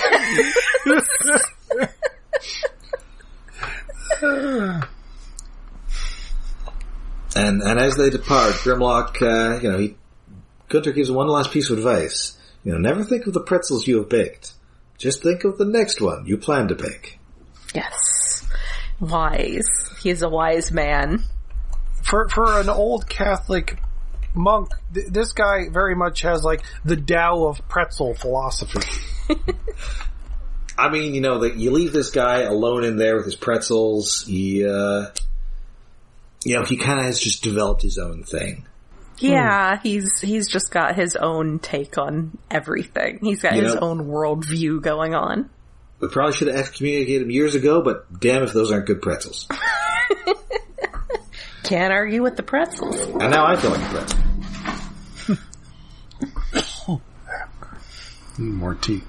Speaker 1: And and as they depart, Grimlock, uh, you know, he Gunter gives one last piece of advice. You know, never think of the pretzels you have baked. Just think of the next one you plan to bake.
Speaker 2: Yes. Wise. He's a wise man.
Speaker 3: for for an old Catholic monk, th- this guy very much has like the Tao of pretzel philosophy.
Speaker 1: I mean, you know, that you leave this guy alone in there with his pretzels. He, uh, you know, he kind of has just developed his own thing.
Speaker 2: Hmm. Yeah, he's he's just got his own take on everything. He's got
Speaker 1: You
Speaker 2: his
Speaker 1: know-
Speaker 2: own worldview going on.
Speaker 1: We probably should have excommunicated him years ago, but damn if those aren't good pretzels.
Speaker 2: Can't argue with the pretzels.
Speaker 1: And now I feel like a pretzel.
Speaker 4: Mm, More tea.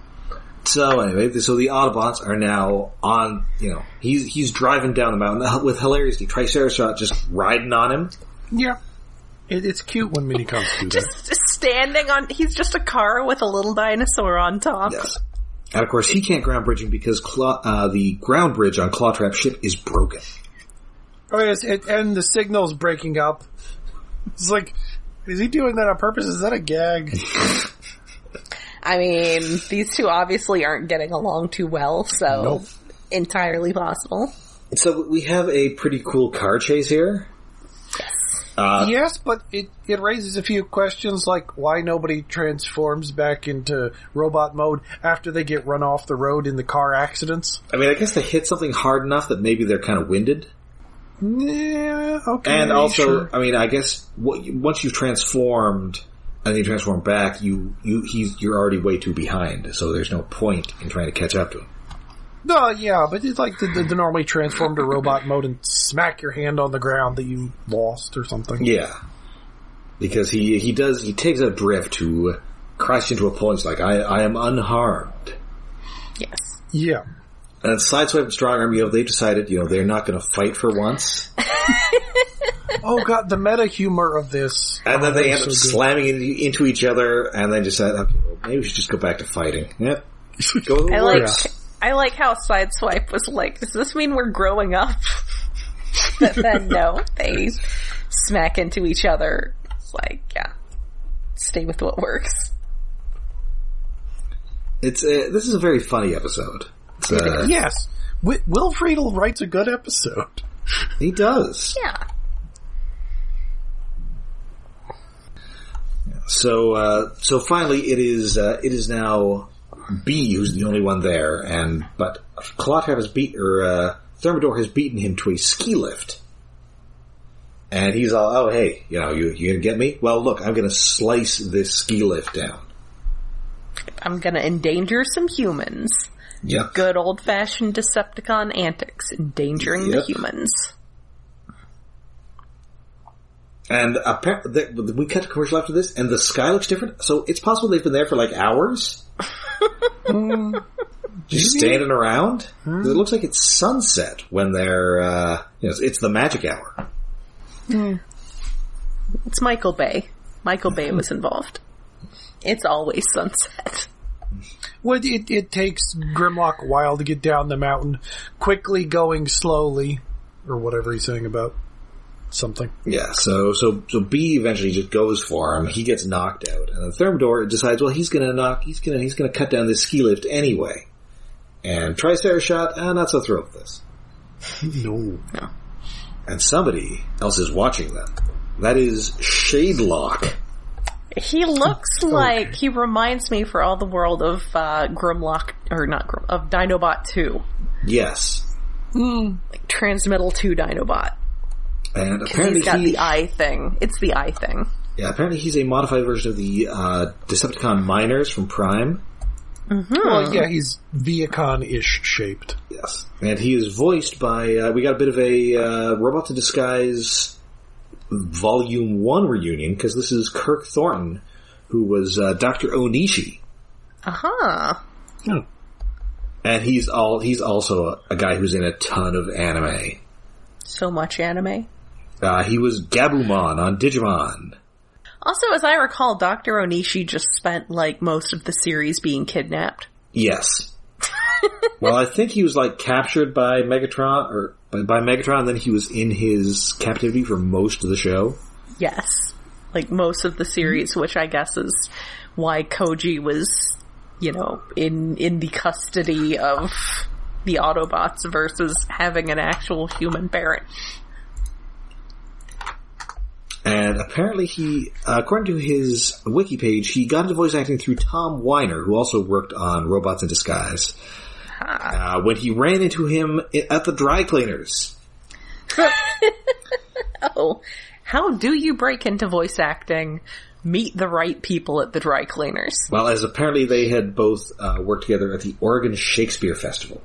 Speaker 1: So anyway, so the Autobots are now on. You know, he's he's driving down the mountain with hilariously Triceratops just riding on him.
Speaker 4: Yeah. It, it's cute when mini comes do that.
Speaker 2: Just standing on he's just a car with a little dinosaur on top.
Speaker 1: Yes. And of course, he can't ground bridging because Claw, uh, the ground bridge on Clawtrap ship is broken.
Speaker 3: Oh, yes, it, and the signal's breaking up. It's like, is he doing that on purpose? Is that a gag?
Speaker 2: I mean, these two obviously aren't getting along too well, so
Speaker 4: Nope.
Speaker 2: entirely possible.
Speaker 1: So we have a pretty cool car chase here. Uh,
Speaker 3: yes, but it it raises a few questions, like why nobody transforms back into robot mode after they get run off the road in the car accidents.
Speaker 1: I mean, I guess they hit something hard enough that maybe they're kind of winded.
Speaker 3: Yeah, okay.
Speaker 1: And also,
Speaker 3: sure.
Speaker 1: I mean, I guess what, once you've transformed and you transform back, you you he's you're already way too behind. So there's no point in trying to catch up to him.
Speaker 3: No, yeah, but it's like the, the, the normally transform to robot mode and smack your hand on the ground that you lost or something.
Speaker 1: Yeah, because he he does he takes a drift to crash into a pole. He's like, I I am unharmed.
Speaker 2: Yes.
Speaker 3: Yeah.
Speaker 1: And Sideswipe and Strong Arm, you know, they've decided, you know, they're not going to fight for once.
Speaker 3: Oh god, the meta humor of this.
Speaker 1: And then
Speaker 3: Oh,
Speaker 1: they
Speaker 3: they're
Speaker 1: end up
Speaker 3: so good.
Speaker 1: slamming in, into each other, and then decide, okay, well, maybe we should just go back to fighting. Yep. Go to the
Speaker 2: I
Speaker 1: war.
Speaker 2: like I like how Sideswipe was like, does this mean we're growing up? but then no, they smack into each other. It's like, yeah. Stay with what works.
Speaker 1: It's a, this is a very funny episode. It's, uh,
Speaker 4: Yes. Wi- Will Friedle writes a good episode.
Speaker 1: He does.
Speaker 2: Yeah.
Speaker 1: So uh, so finally, it is uh, it is now B who's the only one there, and but Clawtrap has beat or uh, Thermidor has beaten him to a ski lift, and he's all, oh hey, you know you you gonna get me? Well, look, I'm gonna slice this ski lift down.
Speaker 2: I'm gonna endanger some humans.
Speaker 1: Yep.
Speaker 2: Good old fashioned Decepticon antics,
Speaker 1: Yep.
Speaker 2: endangering the humans.
Speaker 1: And appar- th- we cut to commercial after this, and the sky looks different. So it's possible they've been there for like hours, just standing around. 'Cause It looks like it's sunset when they're, uh, you know, it's, it's the magic hour.
Speaker 2: It's Michael Bay. Michael Bay was involved. It's always sunset.
Speaker 3: Well, it, it takes Grimlock a while to get down the mountain, quickly going slowly, or whatever he's saying about something.
Speaker 1: Yeah. So so so B eventually just goes for him. He gets knocked out, and then Thermidor decides, well, he's gonna knock, he's gonna he's gonna cut down this ski lift anyway. And Tricerashot, uh, not so thrilled with this.
Speaker 4: No.
Speaker 1: And somebody else is watching them. That is Shadelock.
Speaker 2: He looks like he reminds me for all the world of uh, Grimlock or not Grim, of Dinobot Two,
Speaker 1: Yes.
Speaker 2: like Transmittal Two Dinobot.
Speaker 1: And
Speaker 2: He's
Speaker 1: apparently
Speaker 2: got
Speaker 1: he,
Speaker 2: the eye thing. It's the eye thing.
Speaker 1: yeah, apparently he's a modified version of the uh, Decepticon miners from Prime.
Speaker 3: Well, yeah, he's Viacon-ish shaped.
Speaker 1: Yes, and he is voiced by. Uh, we got a bit of a uh, Robots in Disguise Volume One reunion because this is Kirk Thornton, who was uh, Doctor Onishi,
Speaker 2: Uh huh.
Speaker 4: No.
Speaker 1: and he's all he's also a, a guy who's in a ton of anime.
Speaker 2: So much anime.
Speaker 1: Uh, he was Gabumon on Digimon.
Speaker 2: Also, as I recall, Doctor Onishi just spent like most of the series being kidnapped.
Speaker 1: Yes. Well, I think he was like captured by Megatron or by, by Megatron, and then he was in his captivity for most of the show.
Speaker 2: Yes. Like most of the series, which I guess is why Koji was, you know, in, in the custody of the Autobots versus having an actual human parent.
Speaker 1: And apparently, he, uh, according to his wiki page, he got into voice acting through Tom Weiner, who also worked on Robots in Disguise. Uh, when he ran into him i- at the dry cleaners,
Speaker 2: Oh, how do you break into voice acting? Meet the right people at the dry cleaners.
Speaker 1: well, as apparently they had both uh, worked together at the Oregon Shakespeare Festival.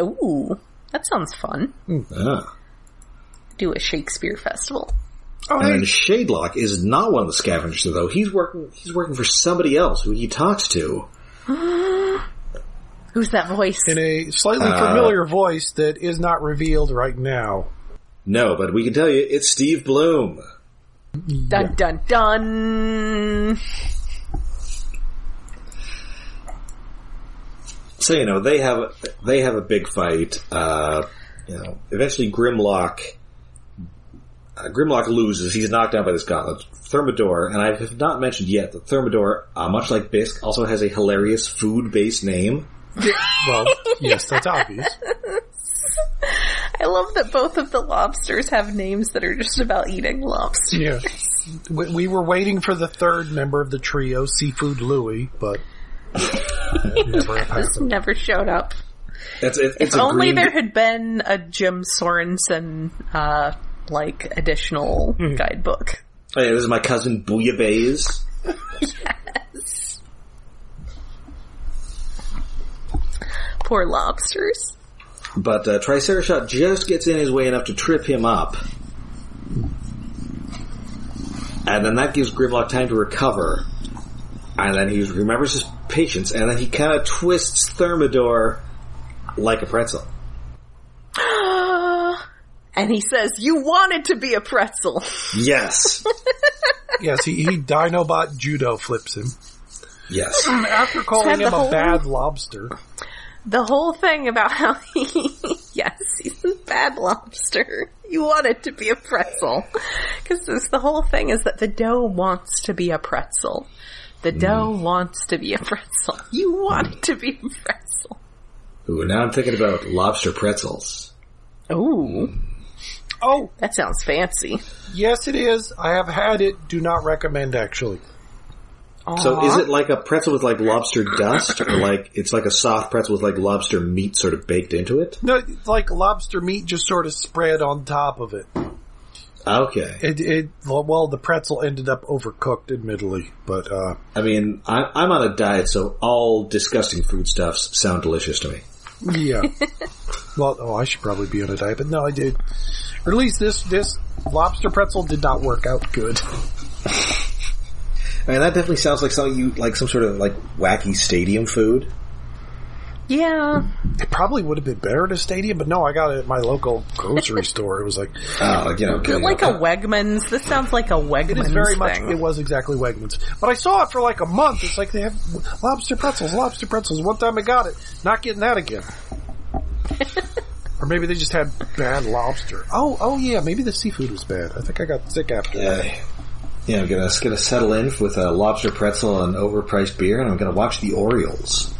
Speaker 2: Ooh, that sounds fun.
Speaker 1: Ah.
Speaker 2: Do a Shakespeare festival.
Speaker 3: Oh,
Speaker 1: And then
Speaker 3: hey,
Speaker 1: Shadelock is not one of the scavengers, though. He's working. He's working for somebody else who he talks to.
Speaker 2: Who's that voice?
Speaker 3: in a slightly
Speaker 1: Uh.
Speaker 3: familiar voice that is not revealed right now.
Speaker 1: No, but we can tell you it's Steve Bloom.
Speaker 2: Dun dun dun.
Speaker 1: So you know they have they have a big fight. Uh, you know, eventually Grimlock uh, Grimlock loses. He's knocked out by this gauntlet. Thermidor, and I have not mentioned yet that Thermidor, uh, much like Bisque, also has a hilarious food based name.
Speaker 3: Well, yes, that's obvious.
Speaker 2: I love that both of the lobsters have names that are just about eating lobster.
Speaker 3: Yeah. We, we were waiting for the third member of the trio, Seafood Louie, but it never
Speaker 2: Just
Speaker 3: happened.
Speaker 2: never showed up.
Speaker 1: It's, it's, it's
Speaker 2: If
Speaker 1: a
Speaker 2: only
Speaker 1: green-
Speaker 2: there had been a Jim Sorensen, uh, like additional
Speaker 1: Hmm.
Speaker 2: guidebook.
Speaker 1: Hey, oh, this is my cousin Bouillabaisse.
Speaker 2: Poor lobsters.
Speaker 1: But uh, Tricerashot just gets in his way enough to trip him up. And then that gives Grimlock time to recover. And then he remembers his patience, and then he kind of twists Thermidor like a pretzel.
Speaker 2: Uh, And he says, you wanted to be a pretzel.
Speaker 1: Yes.
Speaker 3: Yes, he, he Dinobot Judo flips him.
Speaker 1: yes.
Speaker 3: After calling
Speaker 2: Had the
Speaker 3: him a
Speaker 2: whole-
Speaker 3: bad lobster.
Speaker 2: The whole thing about how he, yes, he's a bad lobster. You want it to be a pretzel. Cause the whole thing is that the dough wants to be a pretzel.
Speaker 1: Hmm.
Speaker 2: The dough wants to be a pretzel. You want it to be a pretzel.
Speaker 1: Ooh, now I'm thinking about lobster pretzels.
Speaker 2: Ooh,
Speaker 3: Oh,
Speaker 2: that sounds fancy.
Speaker 3: yes it is. I have had it. Do not recommend, actually.
Speaker 1: So is it like a pretzel with like lobster dust, or like it's like a soft pretzel with like lobster meat sort of baked into it?
Speaker 3: No, it's like lobster meat just sort of spread on top of it.
Speaker 1: Okay.
Speaker 3: It, it well, the pretzel ended up overcooked, admittedly, but uh,
Speaker 1: I mean, I, I'm on a diet, so all disgusting foodstuffs sound delicious to me.
Speaker 3: yeah. well, oh, I should probably be on a diet, but no, I did. Or at least this this lobster pretzel did not work out good.
Speaker 1: I mean, that definitely sounds like something you like, some sort of like wacky stadium food.
Speaker 2: Yeah.
Speaker 3: It probably would have been better at a stadium, but no, I got it at my local grocery store. It was like
Speaker 1: Oh, you know, getting
Speaker 2: Like a Wegmans. This sounds like a Wegmans
Speaker 3: it is very
Speaker 2: thing.
Speaker 3: much. It was exactly Wegmans, but I saw it for like a month. It's like they have lobster pretzels, lobster pretzels. One time I got it, not getting that again. or maybe they just had bad lobster. Oh, oh yeah, maybe the seafood was bad. I think I got sick after. that.
Speaker 1: uh, you know, gonna gonna settle in with a lobster pretzel and overpriced beer, and I'm gonna watch the Orioles.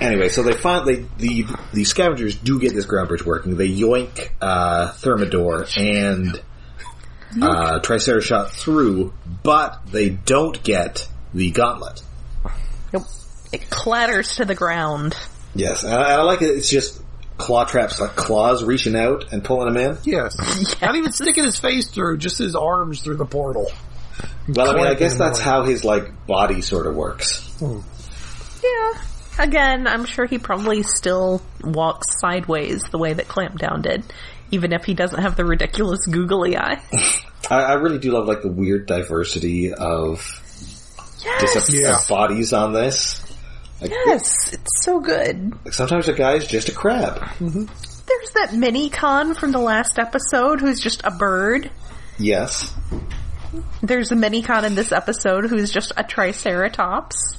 Speaker 1: anyway, so they finally the the scavengers do get this ground bridge working. They yoink uh, Thermidor and uh, Tricerashot through, but they don't get the gauntlet.
Speaker 2: Nope. It clatters to the ground.
Speaker 1: Yes, and I, I like it. It's just claw traps, like claws reaching out and pulling him in.
Speaker 3: Yes. Not even sticking his face through, just his arms through the portal.
Speaker 1: Well, I mean, I
Speaker 3: Clanking
Speaker 1: guess
Speaker 3: him
Speaker 1: that's
Speaker 3: away.
Speaker 1: how his like body sort of works.
Speaker 2: Yeah. Again, I'm sure he probably still walks sideways the way that Clampdown did, even if he doesn't have the ridiculous googly eye.
Speaker 1: I, I really do love like the weird diversity of
Speaker 2: Yes.
Speaker 1: of bodies on this.
Speaker 2: Yes, it's so good.
Speaker 1: Like sometimes a guy's just a crab.
Speaker 2: There's that mini con from the last episode who's just a bird.
Speaker 1: Yes,
Speaker 2: There's a mini con in this episode who's just a triceratops.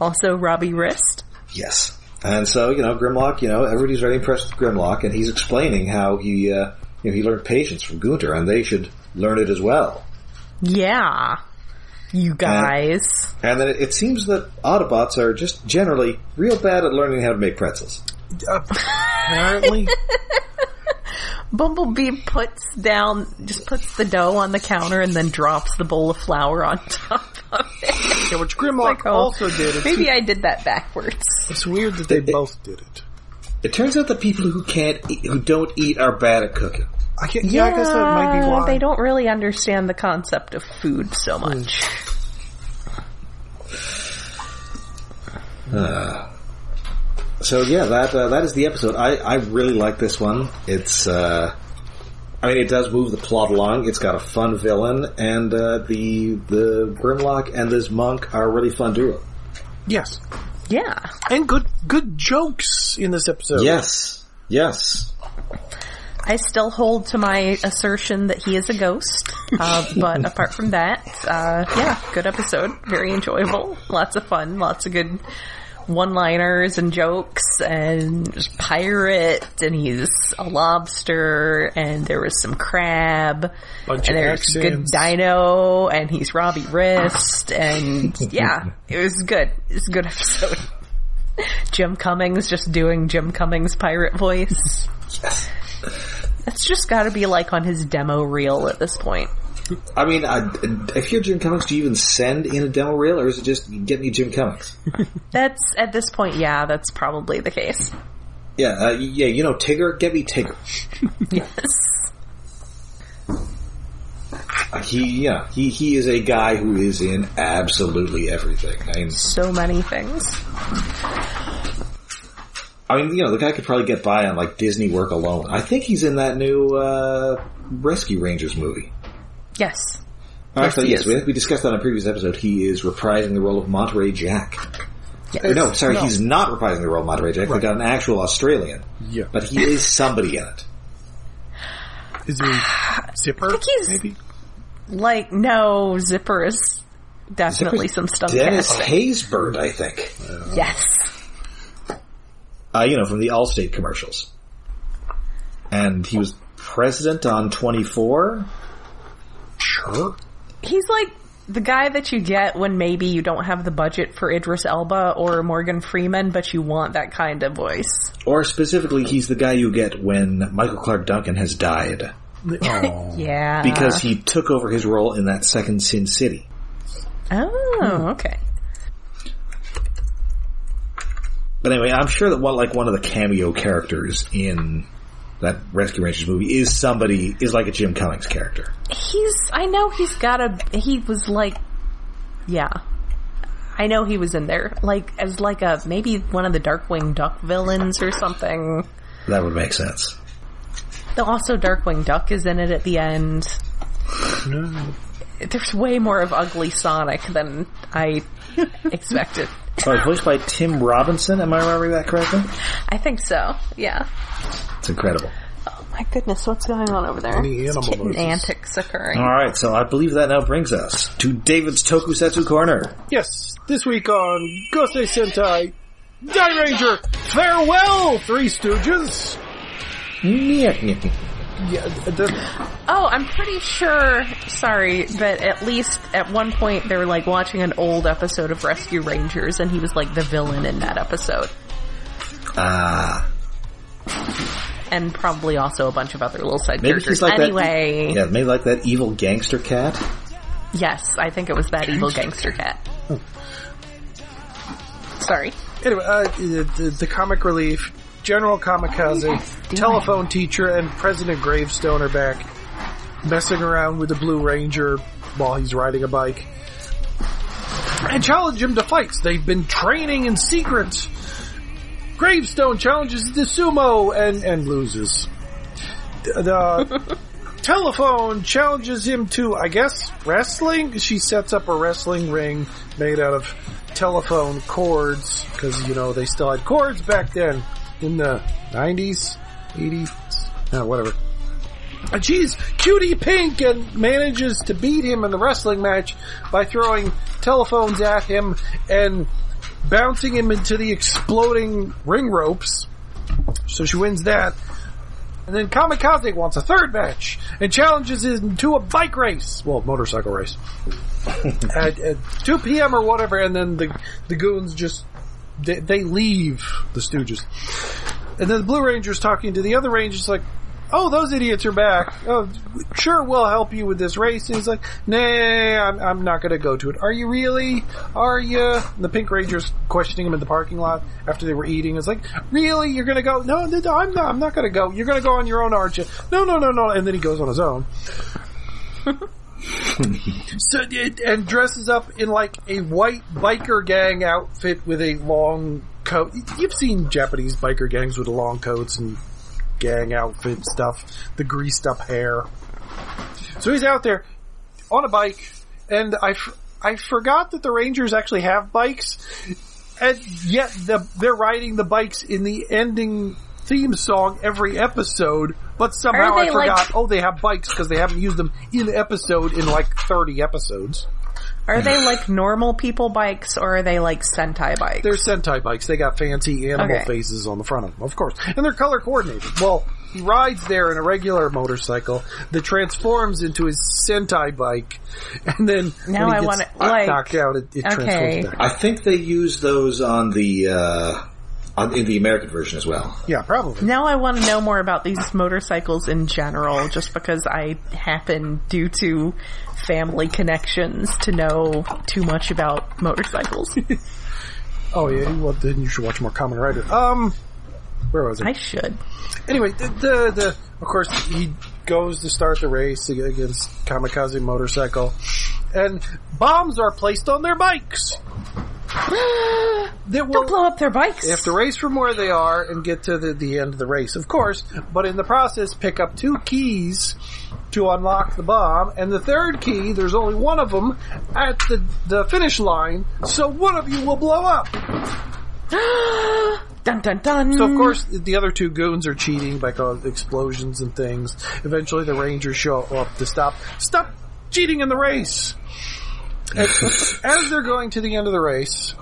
Speaker 2: Also, Robbie Wrist.
Speaker 1: Yes. And so, you know, Grimlock, you know, everybody's very impressed with Grimlock, and he's explaining how he, uh, you know, he learned patience from Gunter, and they should learn it as well.
Speaker 2: Yeah. You
Speaker 3: Uh,
Speaker 2: guys.
Speaker 1: And then it, it seems that Autobots are just generally real bad at learning how to make pretzels.
Speaker 3: Uh, Apparently,
Speaker 2: Bumblebee puts down, just puts the dough on the counter and then drops the bowl of flour on top of it.
Speaker 3: yeah, which Grimlock
Speaker 2: Like, oh,
Speaker 3: also did. It's,
Speaker 2: Maybe I did that backwards.
Speaker 3: it's weird that they both did it.
Speaker 1: It turns out that people who can't, eat, who don't eat, are bad at cooking.
Speaker 3: I can't, yeah, I guess that might be
Speaker 2: Yeah,
Speaker 3: why.
Speaker 2: They don't really understand the concept of food so much.
Speaker 3: Hmm.
Speaker 1: So yeah, that uh, that is the episode. I, I really like this one. It's uh, I mean, it does move the plot along. It's got a fun villain, and uh, the the Grimlock and this monk are a really fun duo.
Speaker 3: Yes,
Speaker 2: Yeah.
Speaker 3: and good good jokes in this episode.
Speaker 1: Yes, yes.
Speaker 2: I still hold to my assertion that he is a ghost. Uh, but apart from that, uh, yeah, good episode. Very enjoyable. Lots of fun. Lots of good one-liners and jokes and there's a pirate and he's a lobster and there was some crab
Speaker 3: Bunch
Speaker 2: and
Speaker 3: of
Speaker 2: there's good
Speaker 3: accents.
Speaker 2: dino and he's Robbie Wrist and yeah, it was good. It's a good episode. Jim Cummings just doing Jim Cummings pirate voice. It's just got to be like on his demo reel at this point.
Speaker 1: I mean, I, if you're Jim Cummings, do you even send in a demo reel, or is it just get me Jim Cummings?
Speaker 2: That's at this point, yeah, that's probably the case.
Speaker 1: yeah, uh, yeah. You know, Tigger, get me Tigger.
Speaker 2: Yes.
Speaker 1: Uh, he, yeah, he he is a guy who is in absolutely everything. I mean,
Speaker 2: So many things.
Speaker 1: I mean, you know, the guy could probably get by on like Disney work alone. I think he's in that new uh, Rescue Rangers movie.
Speaker 2: Yes.
Speaker 1: Actually,
Speaker 2: he
Speaker 1: yes,
Speaker 2: is.
Speaker 1: we, I think we discussed that on a previous episode. He is reprising the role of Monterey Jack. Or no, sorry, he's not reprising the role of Monterey Jack. They got an actual Australian,
Speaker 3: Yeah.
Speaker 1: but he is somebody in it.
Speaker 3: Is he zipper?
Speaker 2: think he's-
Speaker 3: maybe.
Speaker 2: Like, no, Zipper is definitely some stunt
Speaker 1: Dennis
Speaker 2: casting.
Speaker 1: Haysbert, I think.
Speaker 2: Yes.
Speaker 1: Uh, you know, from the Allstate commercials, and he was president on Twenty Four.
Speaker 3: Sure.
Speaker 2: He's like the guy that you get when maybe you don't have the budget for Idris Elba or Morgan Freeman, but you want that kind of voice.
Speaker 1: Or specifically, he's the guy you get when Michael Clark Duncan has died. Oh.
Speaker 2: Yeah.
Speaker 1: because he took over his role in that second Sin City.
Speaker 2: Oh, okay.
Speaker 1: But anyway, I'm sure that one like one of the cameo characters in that Rescue Rangers movie is somebody is like a Jim Cummings character.
Speaker 2: He's. I know he's got a. He was like, yeah. I know he was in there, like as like a maybe one of the Darkwing Duck villains or something.
Speaker 1: That would make sense.
Speaker 2: Though also Darkwing Duck is in it at the end. There's way more of Ugly Sonic than I expected.
Speaker 1: Sorry, voiced by Tim Robinson. Am I remembering that correctly?
Speaker 2: I think so. Yeah.
Speaker 1: It's incredible.
Speaker 2: Oh my goodness, what's going on over there?
Speaker 3: Any animal
Speaker 2: Kitten
Speaker 3: noises.
Speaker 2: antics occurring.
Speaker 1: All right, so I believe that now brings us to David's Tokusatsu corner.
Speaker 3: Yes, this week on Gosei Sentai, Die Ranger, farewell, Three Stooges. Yeah, the,
Speaker 2: Oh, I'm pretty sure. Sorry, but at least at one point they were like watching an old episode of Rescue Rangers, and he was like the villain in that episode,
Speaker 1: Ah,
Speaker 2: and probably also a bunch of other little side
Speaker 1: maybe
Speaker 2: characters.
Speaker 1: he's like
Speaker 2: anyway,
Speaker 1: that. e- Yeah, maybe like that evil gangster cat.
Speaker 2: yes, I think it was that evil gangster cat.
Speaker 1: Oh.
Speaker 2: Sorry.
Speaker 3: anyway, uh, the, the comic relief, General Kamikaze, telephone teacher, and President Gravestone are back, messing around with the Blue Ranger while he's riding a bike, and challenge him to fights. They've been training in secret. Gravestone challenges the sumo and and loses. The telephone challenges him to, I guess, wrestling. She sets up a wrestling ring made out of telephone cords because you know they still had cords back then in the nineties, eighties, uh, whatever. And she's cutie pink and manages to beat him in the wrestling match by throwing telephones at him and bouncing him into the exploding ring ropes. So she wins that. And then Kamikaze wants a third match and challenges him to a bike race. Well, motorcycle race. at, at 2 p.m. or whatever, and then the, the goons just, they, they leave the Stooges. And then the Blue Ranger's talking to the other Ranger's like, oh, those idiots are back. Oh, sure, we'll help you with this race. And he's like, nah, I'm, I'm not going to go to it. Are you really? Are you? And the Pink Ranger's questioning him in the parking lot after they were eating. It's like, really? You're going to go? No, no, no, I'm not. I'm not going to go. You're going to go on your own, aren't you? No, no, no, no. And then he goes on his own. so, it- and dresses up in like a white biker gang outfit with a long coat. You've seen Japanese biker gangs with long coats and gang outfit stuff, the greased up hair. So he's out there on a bike, and I, f- I forgot that the Rangers actually have bikes, and yet the, they're riding the bikes in the ending theme song every episode, but somehow
Speaker 2: Are
Speaker 3: I
Speaker 2: they,
Speaker 3: forgot,
Speaker 2: like-
Speaker 3: oh, they have bikes because they haven't used them in episode in like 30 episodes.
Speaker 2: Are they like normal people bikes or are they like Sentai bikes?
Speaker 3: They're Sentai bikes. They got fancy animal
Speaker 2: Okay.
Speaker 3: faces on the front of them, of course. And they're color coordinated. Well, he rides there in a regular motorcycle that transforms into his Sentai bike. And then
Speaker 2: Now
Speaker 3: when
Speaker 2: I
Speaker 3: he gets
Speaker 2: wanna- like-
Speaker 3: knocked out, it, it
Speaker 2: Okay.
Speaker 3: transforms back.
Speaker 1: I think they use those on the uh, on, in the American version as well.
Speaker 3: Yeah, probably.
Speaker 2: Now I want to know more about these motorcycles in general, just because I happen, due to family connections, to know too much about motorcycles.
Speaker 3: Oh yeah, well then you should watch more Common Rider. Um, where was it?
Speaker 2: I should.
Speaker 3: anyway, the, the the of course he goes to start the race ag- against Kamikaze Motorcycle, and bombs are placed on their bikes. That
Speaker 2: Don't
Speaker 3: will
Speaker 2: blow up their bikes.
Speaker 3: They have to race from where they are and get to the, the end of the race, of course, but in the process, pick up two keys to unlock the bomb, and the third key, there's only one of them, at the, the finish line, so one of you will blow up.
Speaker 2: dun dun dun.
Speaker 3: So, of course, the other two goons are cheating by causing explosions and things. Eventually, the Rangers show up to stop. Stop cheating in the race! And as they're going to the end of the race,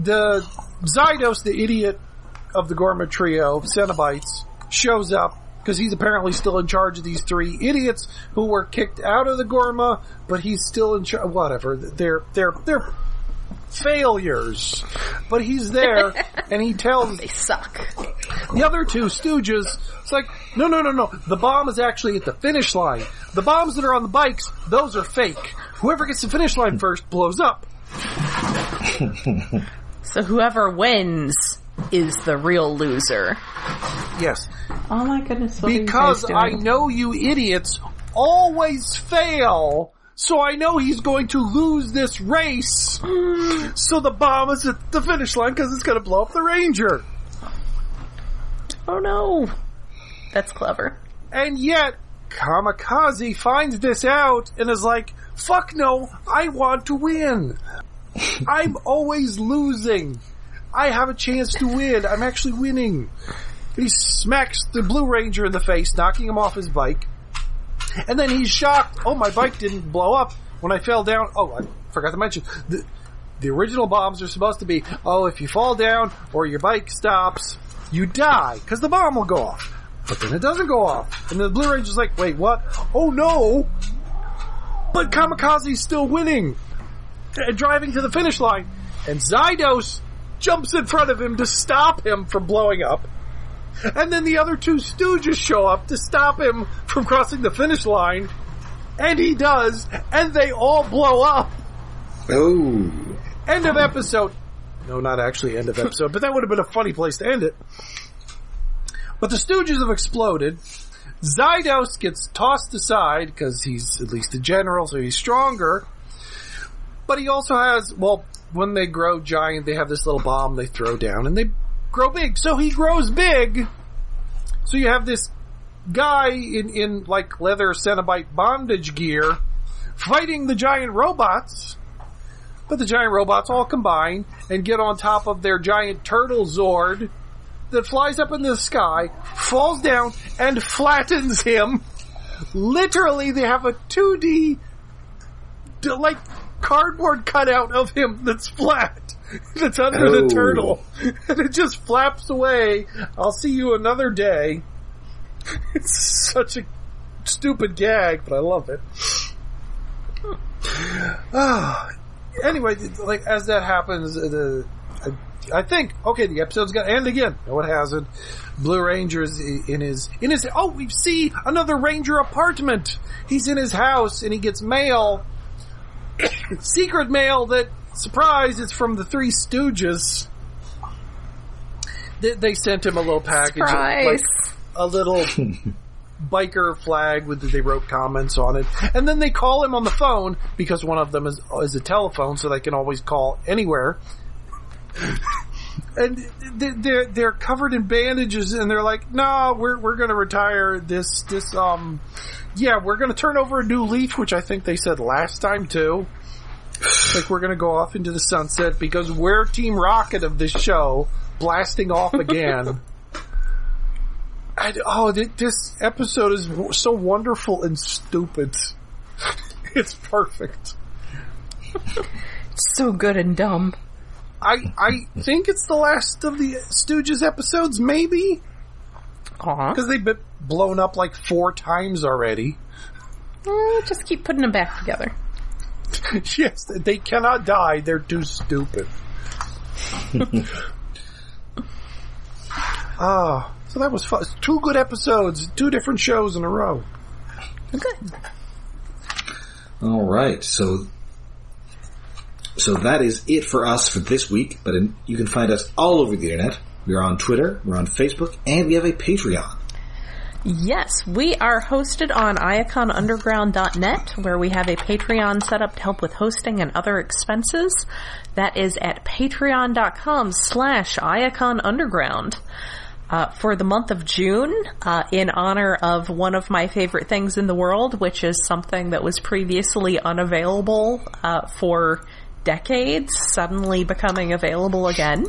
Speaker 3: the Zydos, the idiot of the Gorma trio, Cenobites, shows up because he's apparently still in charge of these three idiots who were kicked out of the Gorma, but he's still in charge. Whatever, they're they're they're failures, but he's there and he tells
Speaker 2: they suck.
Speaker 3: the other two stooges, it's like, no, no, no, no. The bomb is actually at the finish line. The bombs that are on the bikes, those are fake. Whoever gets to the finish line first blows up.
Speaker 2: So whoever wins is the real loser.
Speaker 3: Yes.
Speaker 2: Oh my goodness! What
Speaker 3: Because
Speaker 2: are
Speaker 3: I
Speaker 2: you guys doing?
Speaker 3: know you idiots always fail, so I know he's going to lose this race. so the bomb is at the finish line because it's going to blow up the Ranger.
Speaker 2: Oh no, that's clever.
Speaker 3: And yet, Kamikaze finds this out and is like, fuck no, I want to win. I'm always losing. I have a chance to win. I'm actually winning. He smacks the Blue Ranger in the face, knocking him off his bike. And then he's shocked. Oh, my bike didn't blow up when I fell down. Oh, I forgot to mention. The, the original bombs are supposed to be, oh, if you fall down or your bike stops, you die because the bomb will go off. But then it doesn't go off. And the Blue Ranger's like, wait, what? Oh no! But Kamikaze's still winning! And driving to the finish line. And Zydos jumps in front of him to stop him from blowing up. And then the other two stooges show up to stop him from crossing the finish line. And he does. And they all blow up.
Speaker 1: Oh,
Speaker 3: End of episode. No, not actually end of episode, but that would have been a funny place to end it. But the Stooges have exploded. Zydos gets tossed aside because he's at least a general, so he's stronger. But he also has, well, when they grow giant, they have this little bomb they throw down and they grow big. So he grows big. So you have this guy in, in like leather Cenobite bondage gear fighting the giant robots. But the giant robots all combine and get on top of their giant turtle Zord that flies up in the sky, falls down, and flattens him. Literally, they have a 2D, d- like, cardboard cutout of him that's flat. that's under
Speaker 1: Oh.
Speaker 3: the turtle. And it just flaps away. I'll see you another day. It's such a stupid gag, but I love it. Ah, anyway, like as that happens, uh, the I, I think okay, the episode's gonna end again. No, it hasn't. Blue Ranger is i- in his in his. Oh, we see another Ranger apartment. He's in his house and he gets mail, secret mail that surprise it's from the Three Stooges. They, they sent him a little package, of, like
Speaker 2: Surprise!
Speaker 3: a little biker flag with they wrote comments on it, and then they call him on the phone because one of them is is a telephone, so they can always call anywhere. and they- they're they're covered in bandages, and they're like, "No, we're we're going to retire this this um, yeah, we're going to turn over a new leaf," which I think they said last time too. Like we're going to go off into the sunset because we're Team Rocket of this show, blasting off again. I, oh, th- this episode is w- so wonderful and stupid. it's perfect.
Speaker 2: so good and dumb.
Speaker 3: I I think it's the last of the Stooges episodes, maybe
Speaker 2: Aw.
Speaker 3: because they've been blown up like four times already.
Speaker 2: Eh, just keep putting them back together.
Speaker 3: yes, they cannot die. They're too stupid. Ah, so that was fun. Two good episodes, two different shows in a row.
Speaker 2: Good.
Speaker 1: All right, so so that is it for us for this week. But in, you can find us all over the internet. We're on Twitter, we're on Facebook, and we have a Patreon.
Speaker 2: Yes, we are hosted on iaconunderground.net where we have a Patreon set up to help with hosting and other expenses. That is at patreon.com slash iaconunderground. Uh, for the month of June, uh, in honor of one of my favorite things in the world, which is something that was previously unavailable uh, for decades suddenly becoming available again.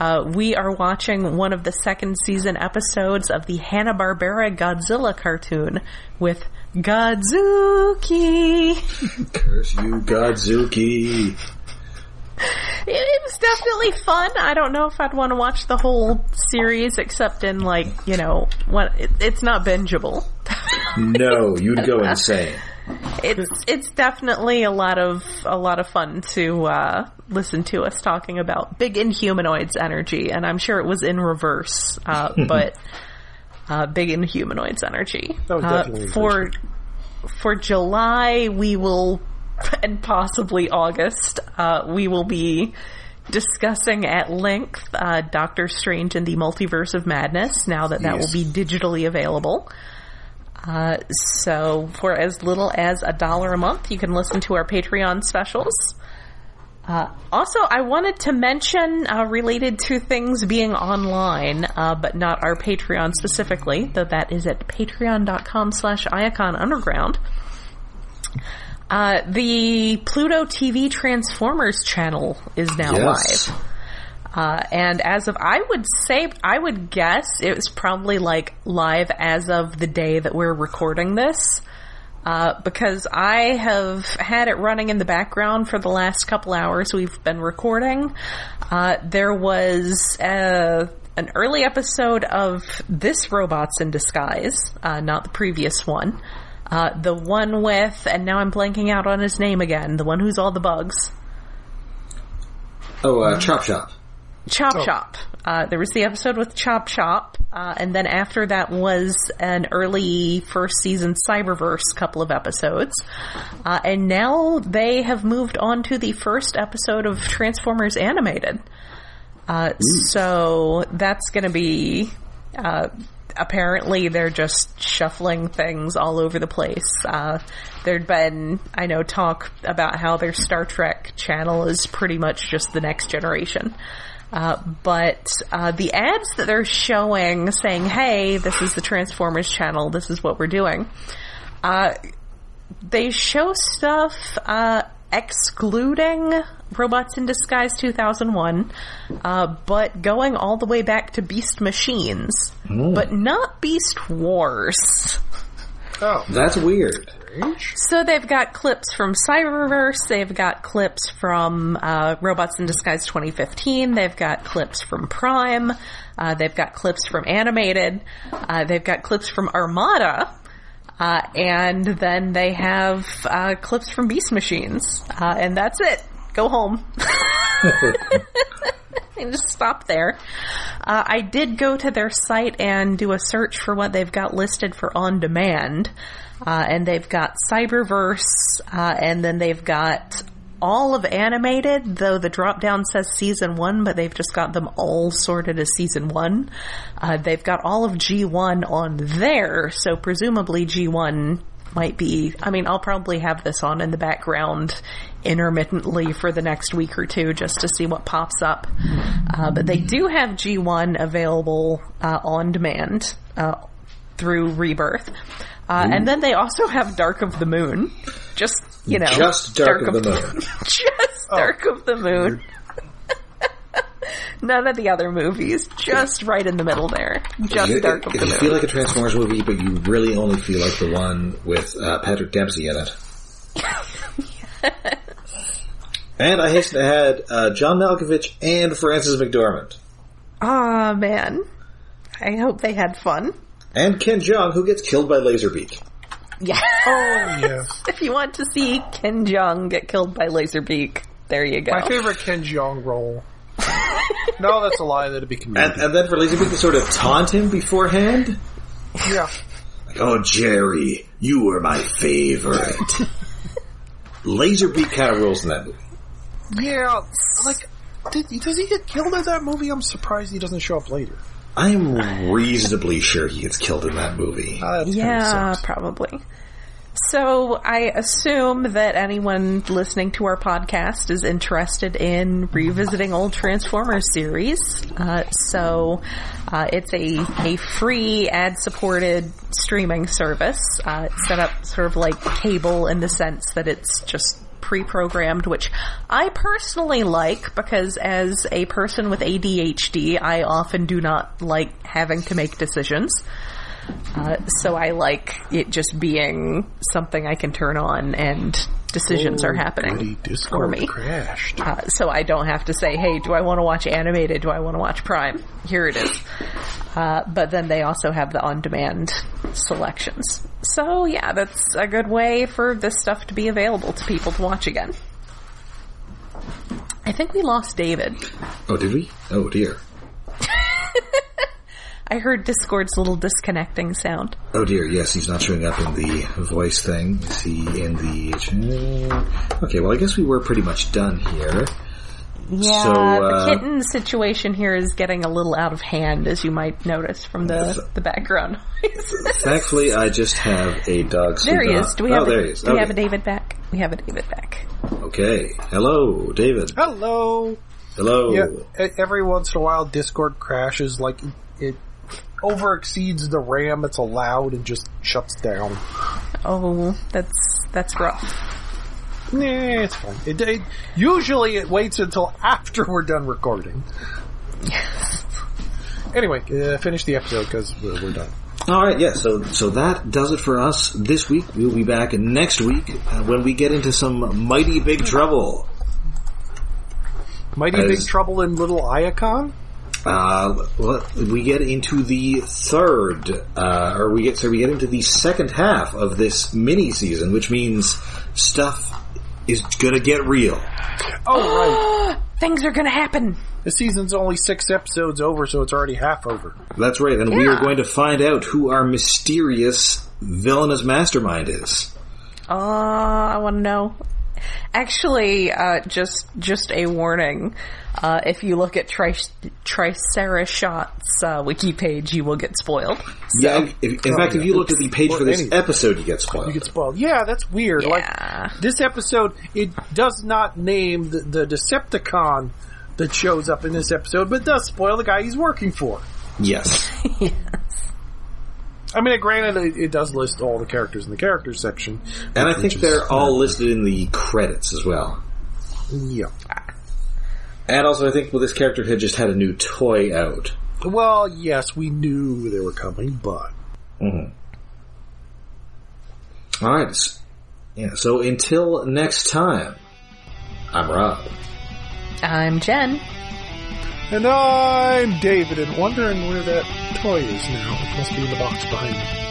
Speaker 2: Uh, we are watching one of the second season episodes of the Hanna-Barbera Godzilla cartoon with Godzuki.
Speaker 1: Curse you, Godzuki.
Speaker 2: It, it was definitely fun. I don't know if I'd want to watch the whole series except in like, you know, what it, it's not bingeable.
Speaker 1: No, you'd go insane.
Speaker 2: It's it's definitely a lot of a lot of fun to uh, listen to us talking about big inhumanoids energy, and I'm sure it was in reverse, uh, but uh, big inhumanoids energy
Speaker 3: was
Speaker 2: Uh,
Speaker 3: Oh, definitely in
Speaker 2: for for July. We will and possibly August. Uh, we will be discussing at length uh, Doctor Strange and the Multiverse of Madness. Now that that
Speaker 1: Yes.
Speaker 2: will be digitally available. Uh, so for as little as a dollar a month, you can listen to our Patreon specials. Uh, also, I wanted to mention uh, related to things being online, uh, but not our Patreon specifically, though that is at patreon.com slash iacon underground. Uh, the Pluto TV Transformers channel is now live.
Speaker 1: Yes.
Speaker 2: Uh, and as of, I would say, I would guess it was probably like live as of the day that we're recording this. Uh, because I have had it running in the background for the last couple hours we've been recording. Uh, there was uh, an early episode of this Robots in Disguise, uh, not the previous one. Uh, the one with, and now I'm blanking out on his name again, the one who's all the bugs.
Speaker 1: Oh, uh, Chop Shop.
Speaker 2: Chop Shop. Uh, there was the episode with Chop Shop, uh, and then after that was an early first season Cyberverse couple of episodes. Uh, and now they have moved on to the first episode of Transformers Animated. Uh, so that's going to be. Uh, apparently, they're just shuffling things all over the place. Uh, there'd been, I know, talk about how their Star Trek channel is pretty much just the next generation. Uh, but uh, the ads that they're showing saying, hey, this is the Transformers channel, this is what we're doing, uh, they show stuff uh, excluding Robots in Disguise 2001, uh, but going all the way back to Beast Machines, but not Beast Wars.
Speaker 3: Oh,
Speaker 1: That's weird.
Speaker 4: strange.
Speaker 2: So they've got clips from Cyberverse, they've got clips from uh, Robots in Disguise 2015, they've got clips from Prime, uh, they've got clips from Animated, uh, they've got clips from Armada, uh, and then they have uh, clips from Beast Machines, uh, and that's it. Go home. and just stop there. Uh, I did go to their site and do a search for what they've got listed for on demand, uh, and they've got Cyberverse, uh, and then they've got all of animated, though the drop down says season one, but they've just got them all sorted as season one. Uh, they've got all of G1 on there, so presumably G1 might be, I mean, I'll probably have this on in the background intermittently for the next week or two just to see what pops up. Uh, but they do have G1 available uh, on demand uh, through Rebirth. Uh, and then they also have Dark of the Moon. Just, you know.
Speaker 1: Just Dark of the Moon. Oh.
Speaker 2: just Dark of the Moon. None of the other movies. Just right in the middle there. Just
Speaker 1: You-
Speaker 2: Dark of
Speaker 1: if
Speaker 2: the
Speaker 1: you feel
Speaker 2: Moon.
Speaker 1: like a Transformers movie, but you really only feel like the one with uh, Patrick Dempsey in it. and I hasten to add uh, John Malkovich and Francis McDormand.
Speaker 2: Ah, man. I hope they had fun.
Speaker 1: And Ken Jeong, who gets killed by Laserbeak.
Speaker 2: Yeah.
Speaker 3: Oh, yes.
Speaker 2: if you want to see Ken Jeong get killed by Laserbeak, there you go.
Speaker 3: My favorite Ken Jeong role. no, that's a lie. That'd be
Speaker 1: And,
Speaker 3: comedic.
Speaker 1: and then for Laserbeak to sort of taunt him beforehand.
Speaker 3: Yeah.
Speaker 1: Like, oh, Jerry, you were my favorite. Laserbeak kind of rules in that movie.
Speaker 3: Yeah. Like, did, does he get killed in that movie? I'm surprised he doesn't show up later.
Speaker 1: I am reasonably sure he gets killed in that movie.
Speaker 3: Ah, that's kinda
Speaker 2: Yeah,
Speaker 3: sucks.
Speaker 2: probably. So I assume that anyone listening to our podcast is interested in revisiting old Transformers series. Uh, so uh, it's a a free ad supported streaming service uh, it's set up sort of like cable in the sense that it's just pre-programmed, which I personally like because as a person with ADHD, I often do not like having to make decisions. Uh, so I like it just being something I can turn on and decisions are
Speaker 3: Bloody
Speaker 2: happening for
Speaker 3: Discord
Speaker 2: me.
Speaker 3: crashed.
Speaker 2: Uh, so I don't have to say, hey, do I want to watch animated? Do I want to watch Prime? Here it is. Uh, but then they also have the on demand selections. So yeah, that's a good way for this stuff to be available to people to watch again. I think we lost David.
Speaker 1: Oh, did we? Oh, dear.
Speaker 2: I heard Discord's little disconnecting sound.
Speaker 1: Oh dear, yes, he's not showing up in the voice thing. Is he in the. Okay, well, I guess we were pretty much done here.
Speaker 2: Yeah,
Speaker 1: So, uh,
Speaker 2: the kitten situation here is getting a little out of hand, as you might notice from the, the background noise.
Speaker 1: Thankfully, I just have a dog.
Speaker 2: there he
Speaker 1: sleeping
Speaker 2: is.
Speaker 1: on-
Speaker 2: Do we
Speaker 1: oh,
Speaker 2: have,
Speaker 1: there
Speaker 2: a,
Speaker 1: he is.
Speaker 2: do we have a
Speaker 1: Okay.
Speaker 2: David back? We have a David back.
Speaker 1: Okay. Hello, David.
Speaker 3: Hello.
Speaker 1: Hello.
Speaker 3: Yeah, e- every once in a while, Discord crashes. Like it, it over exceeds the RAM that's allowed and just shuts down.
Speaker 2: Oh, that's that's rough.
Speaker 3: Nah, it's fine. It, it- usually it waits until after we're done recording. anyway, uh, finish the episode because we're, we're done.
Speaker 1: All right, yeah. So, so that does it for us this week. We'll be back next week uh, when we get into some mighty big trouble.
Speaker 3: Mighty Big
Speaker 1: As-
Speaker 3: Trouble in Little Iacon?
Speaker 1: Uh, well, we get into the third, uh, or we get so we get into the second half of this mini season, which means stuff is gonna get real.
Speaker 3: Oh, right.
Speaker 2: Ah, Things are gonna happen.
Speaker 3: The season's only six episodes over, so it's already half over.
Speaker 1: That's right, and we
Speaker 2: Yeah.
Speaker 1: are going to find out who our mysterious villainous mastermind is.
Speaker 2: Uh, I want to know. Actually, uh, just just a warning. Uh, if you look at Tri- Tricerashot's uh, wiki page, you will get spoiled.
Speaker 1: yeah, if, in fact, if you looked at the page for this
Speaker 3: anything.
Speaker 1: episode, you get spoiled.
Speaker 3: You get spoiled. Yeah, that's weird.
Speaker 2: Yeah.
Speaker 3: Like this episode, it does not name the, the Decepticon that shows up in this episode, but does spoil the guy he's working for.
Speaker 1: yes.
Speaker 3: I mean, granted, it, it does list all the characters in the character section.
Speaker 1: And I think they're all listed in the credits as well.
Speaker 3: Yeah.
Speaker 1: And also, I think well, this character had just had a new toy out.
Speaker 3: Well, yes, we knew they were coming, but
Speaker 1: All right, s- Yeah, so until next time, I'm Rob.
Speaker 2: I'm Jen.
Speaker 3: And I'm David, and wondering where that toy is now. It must be in the box behind me.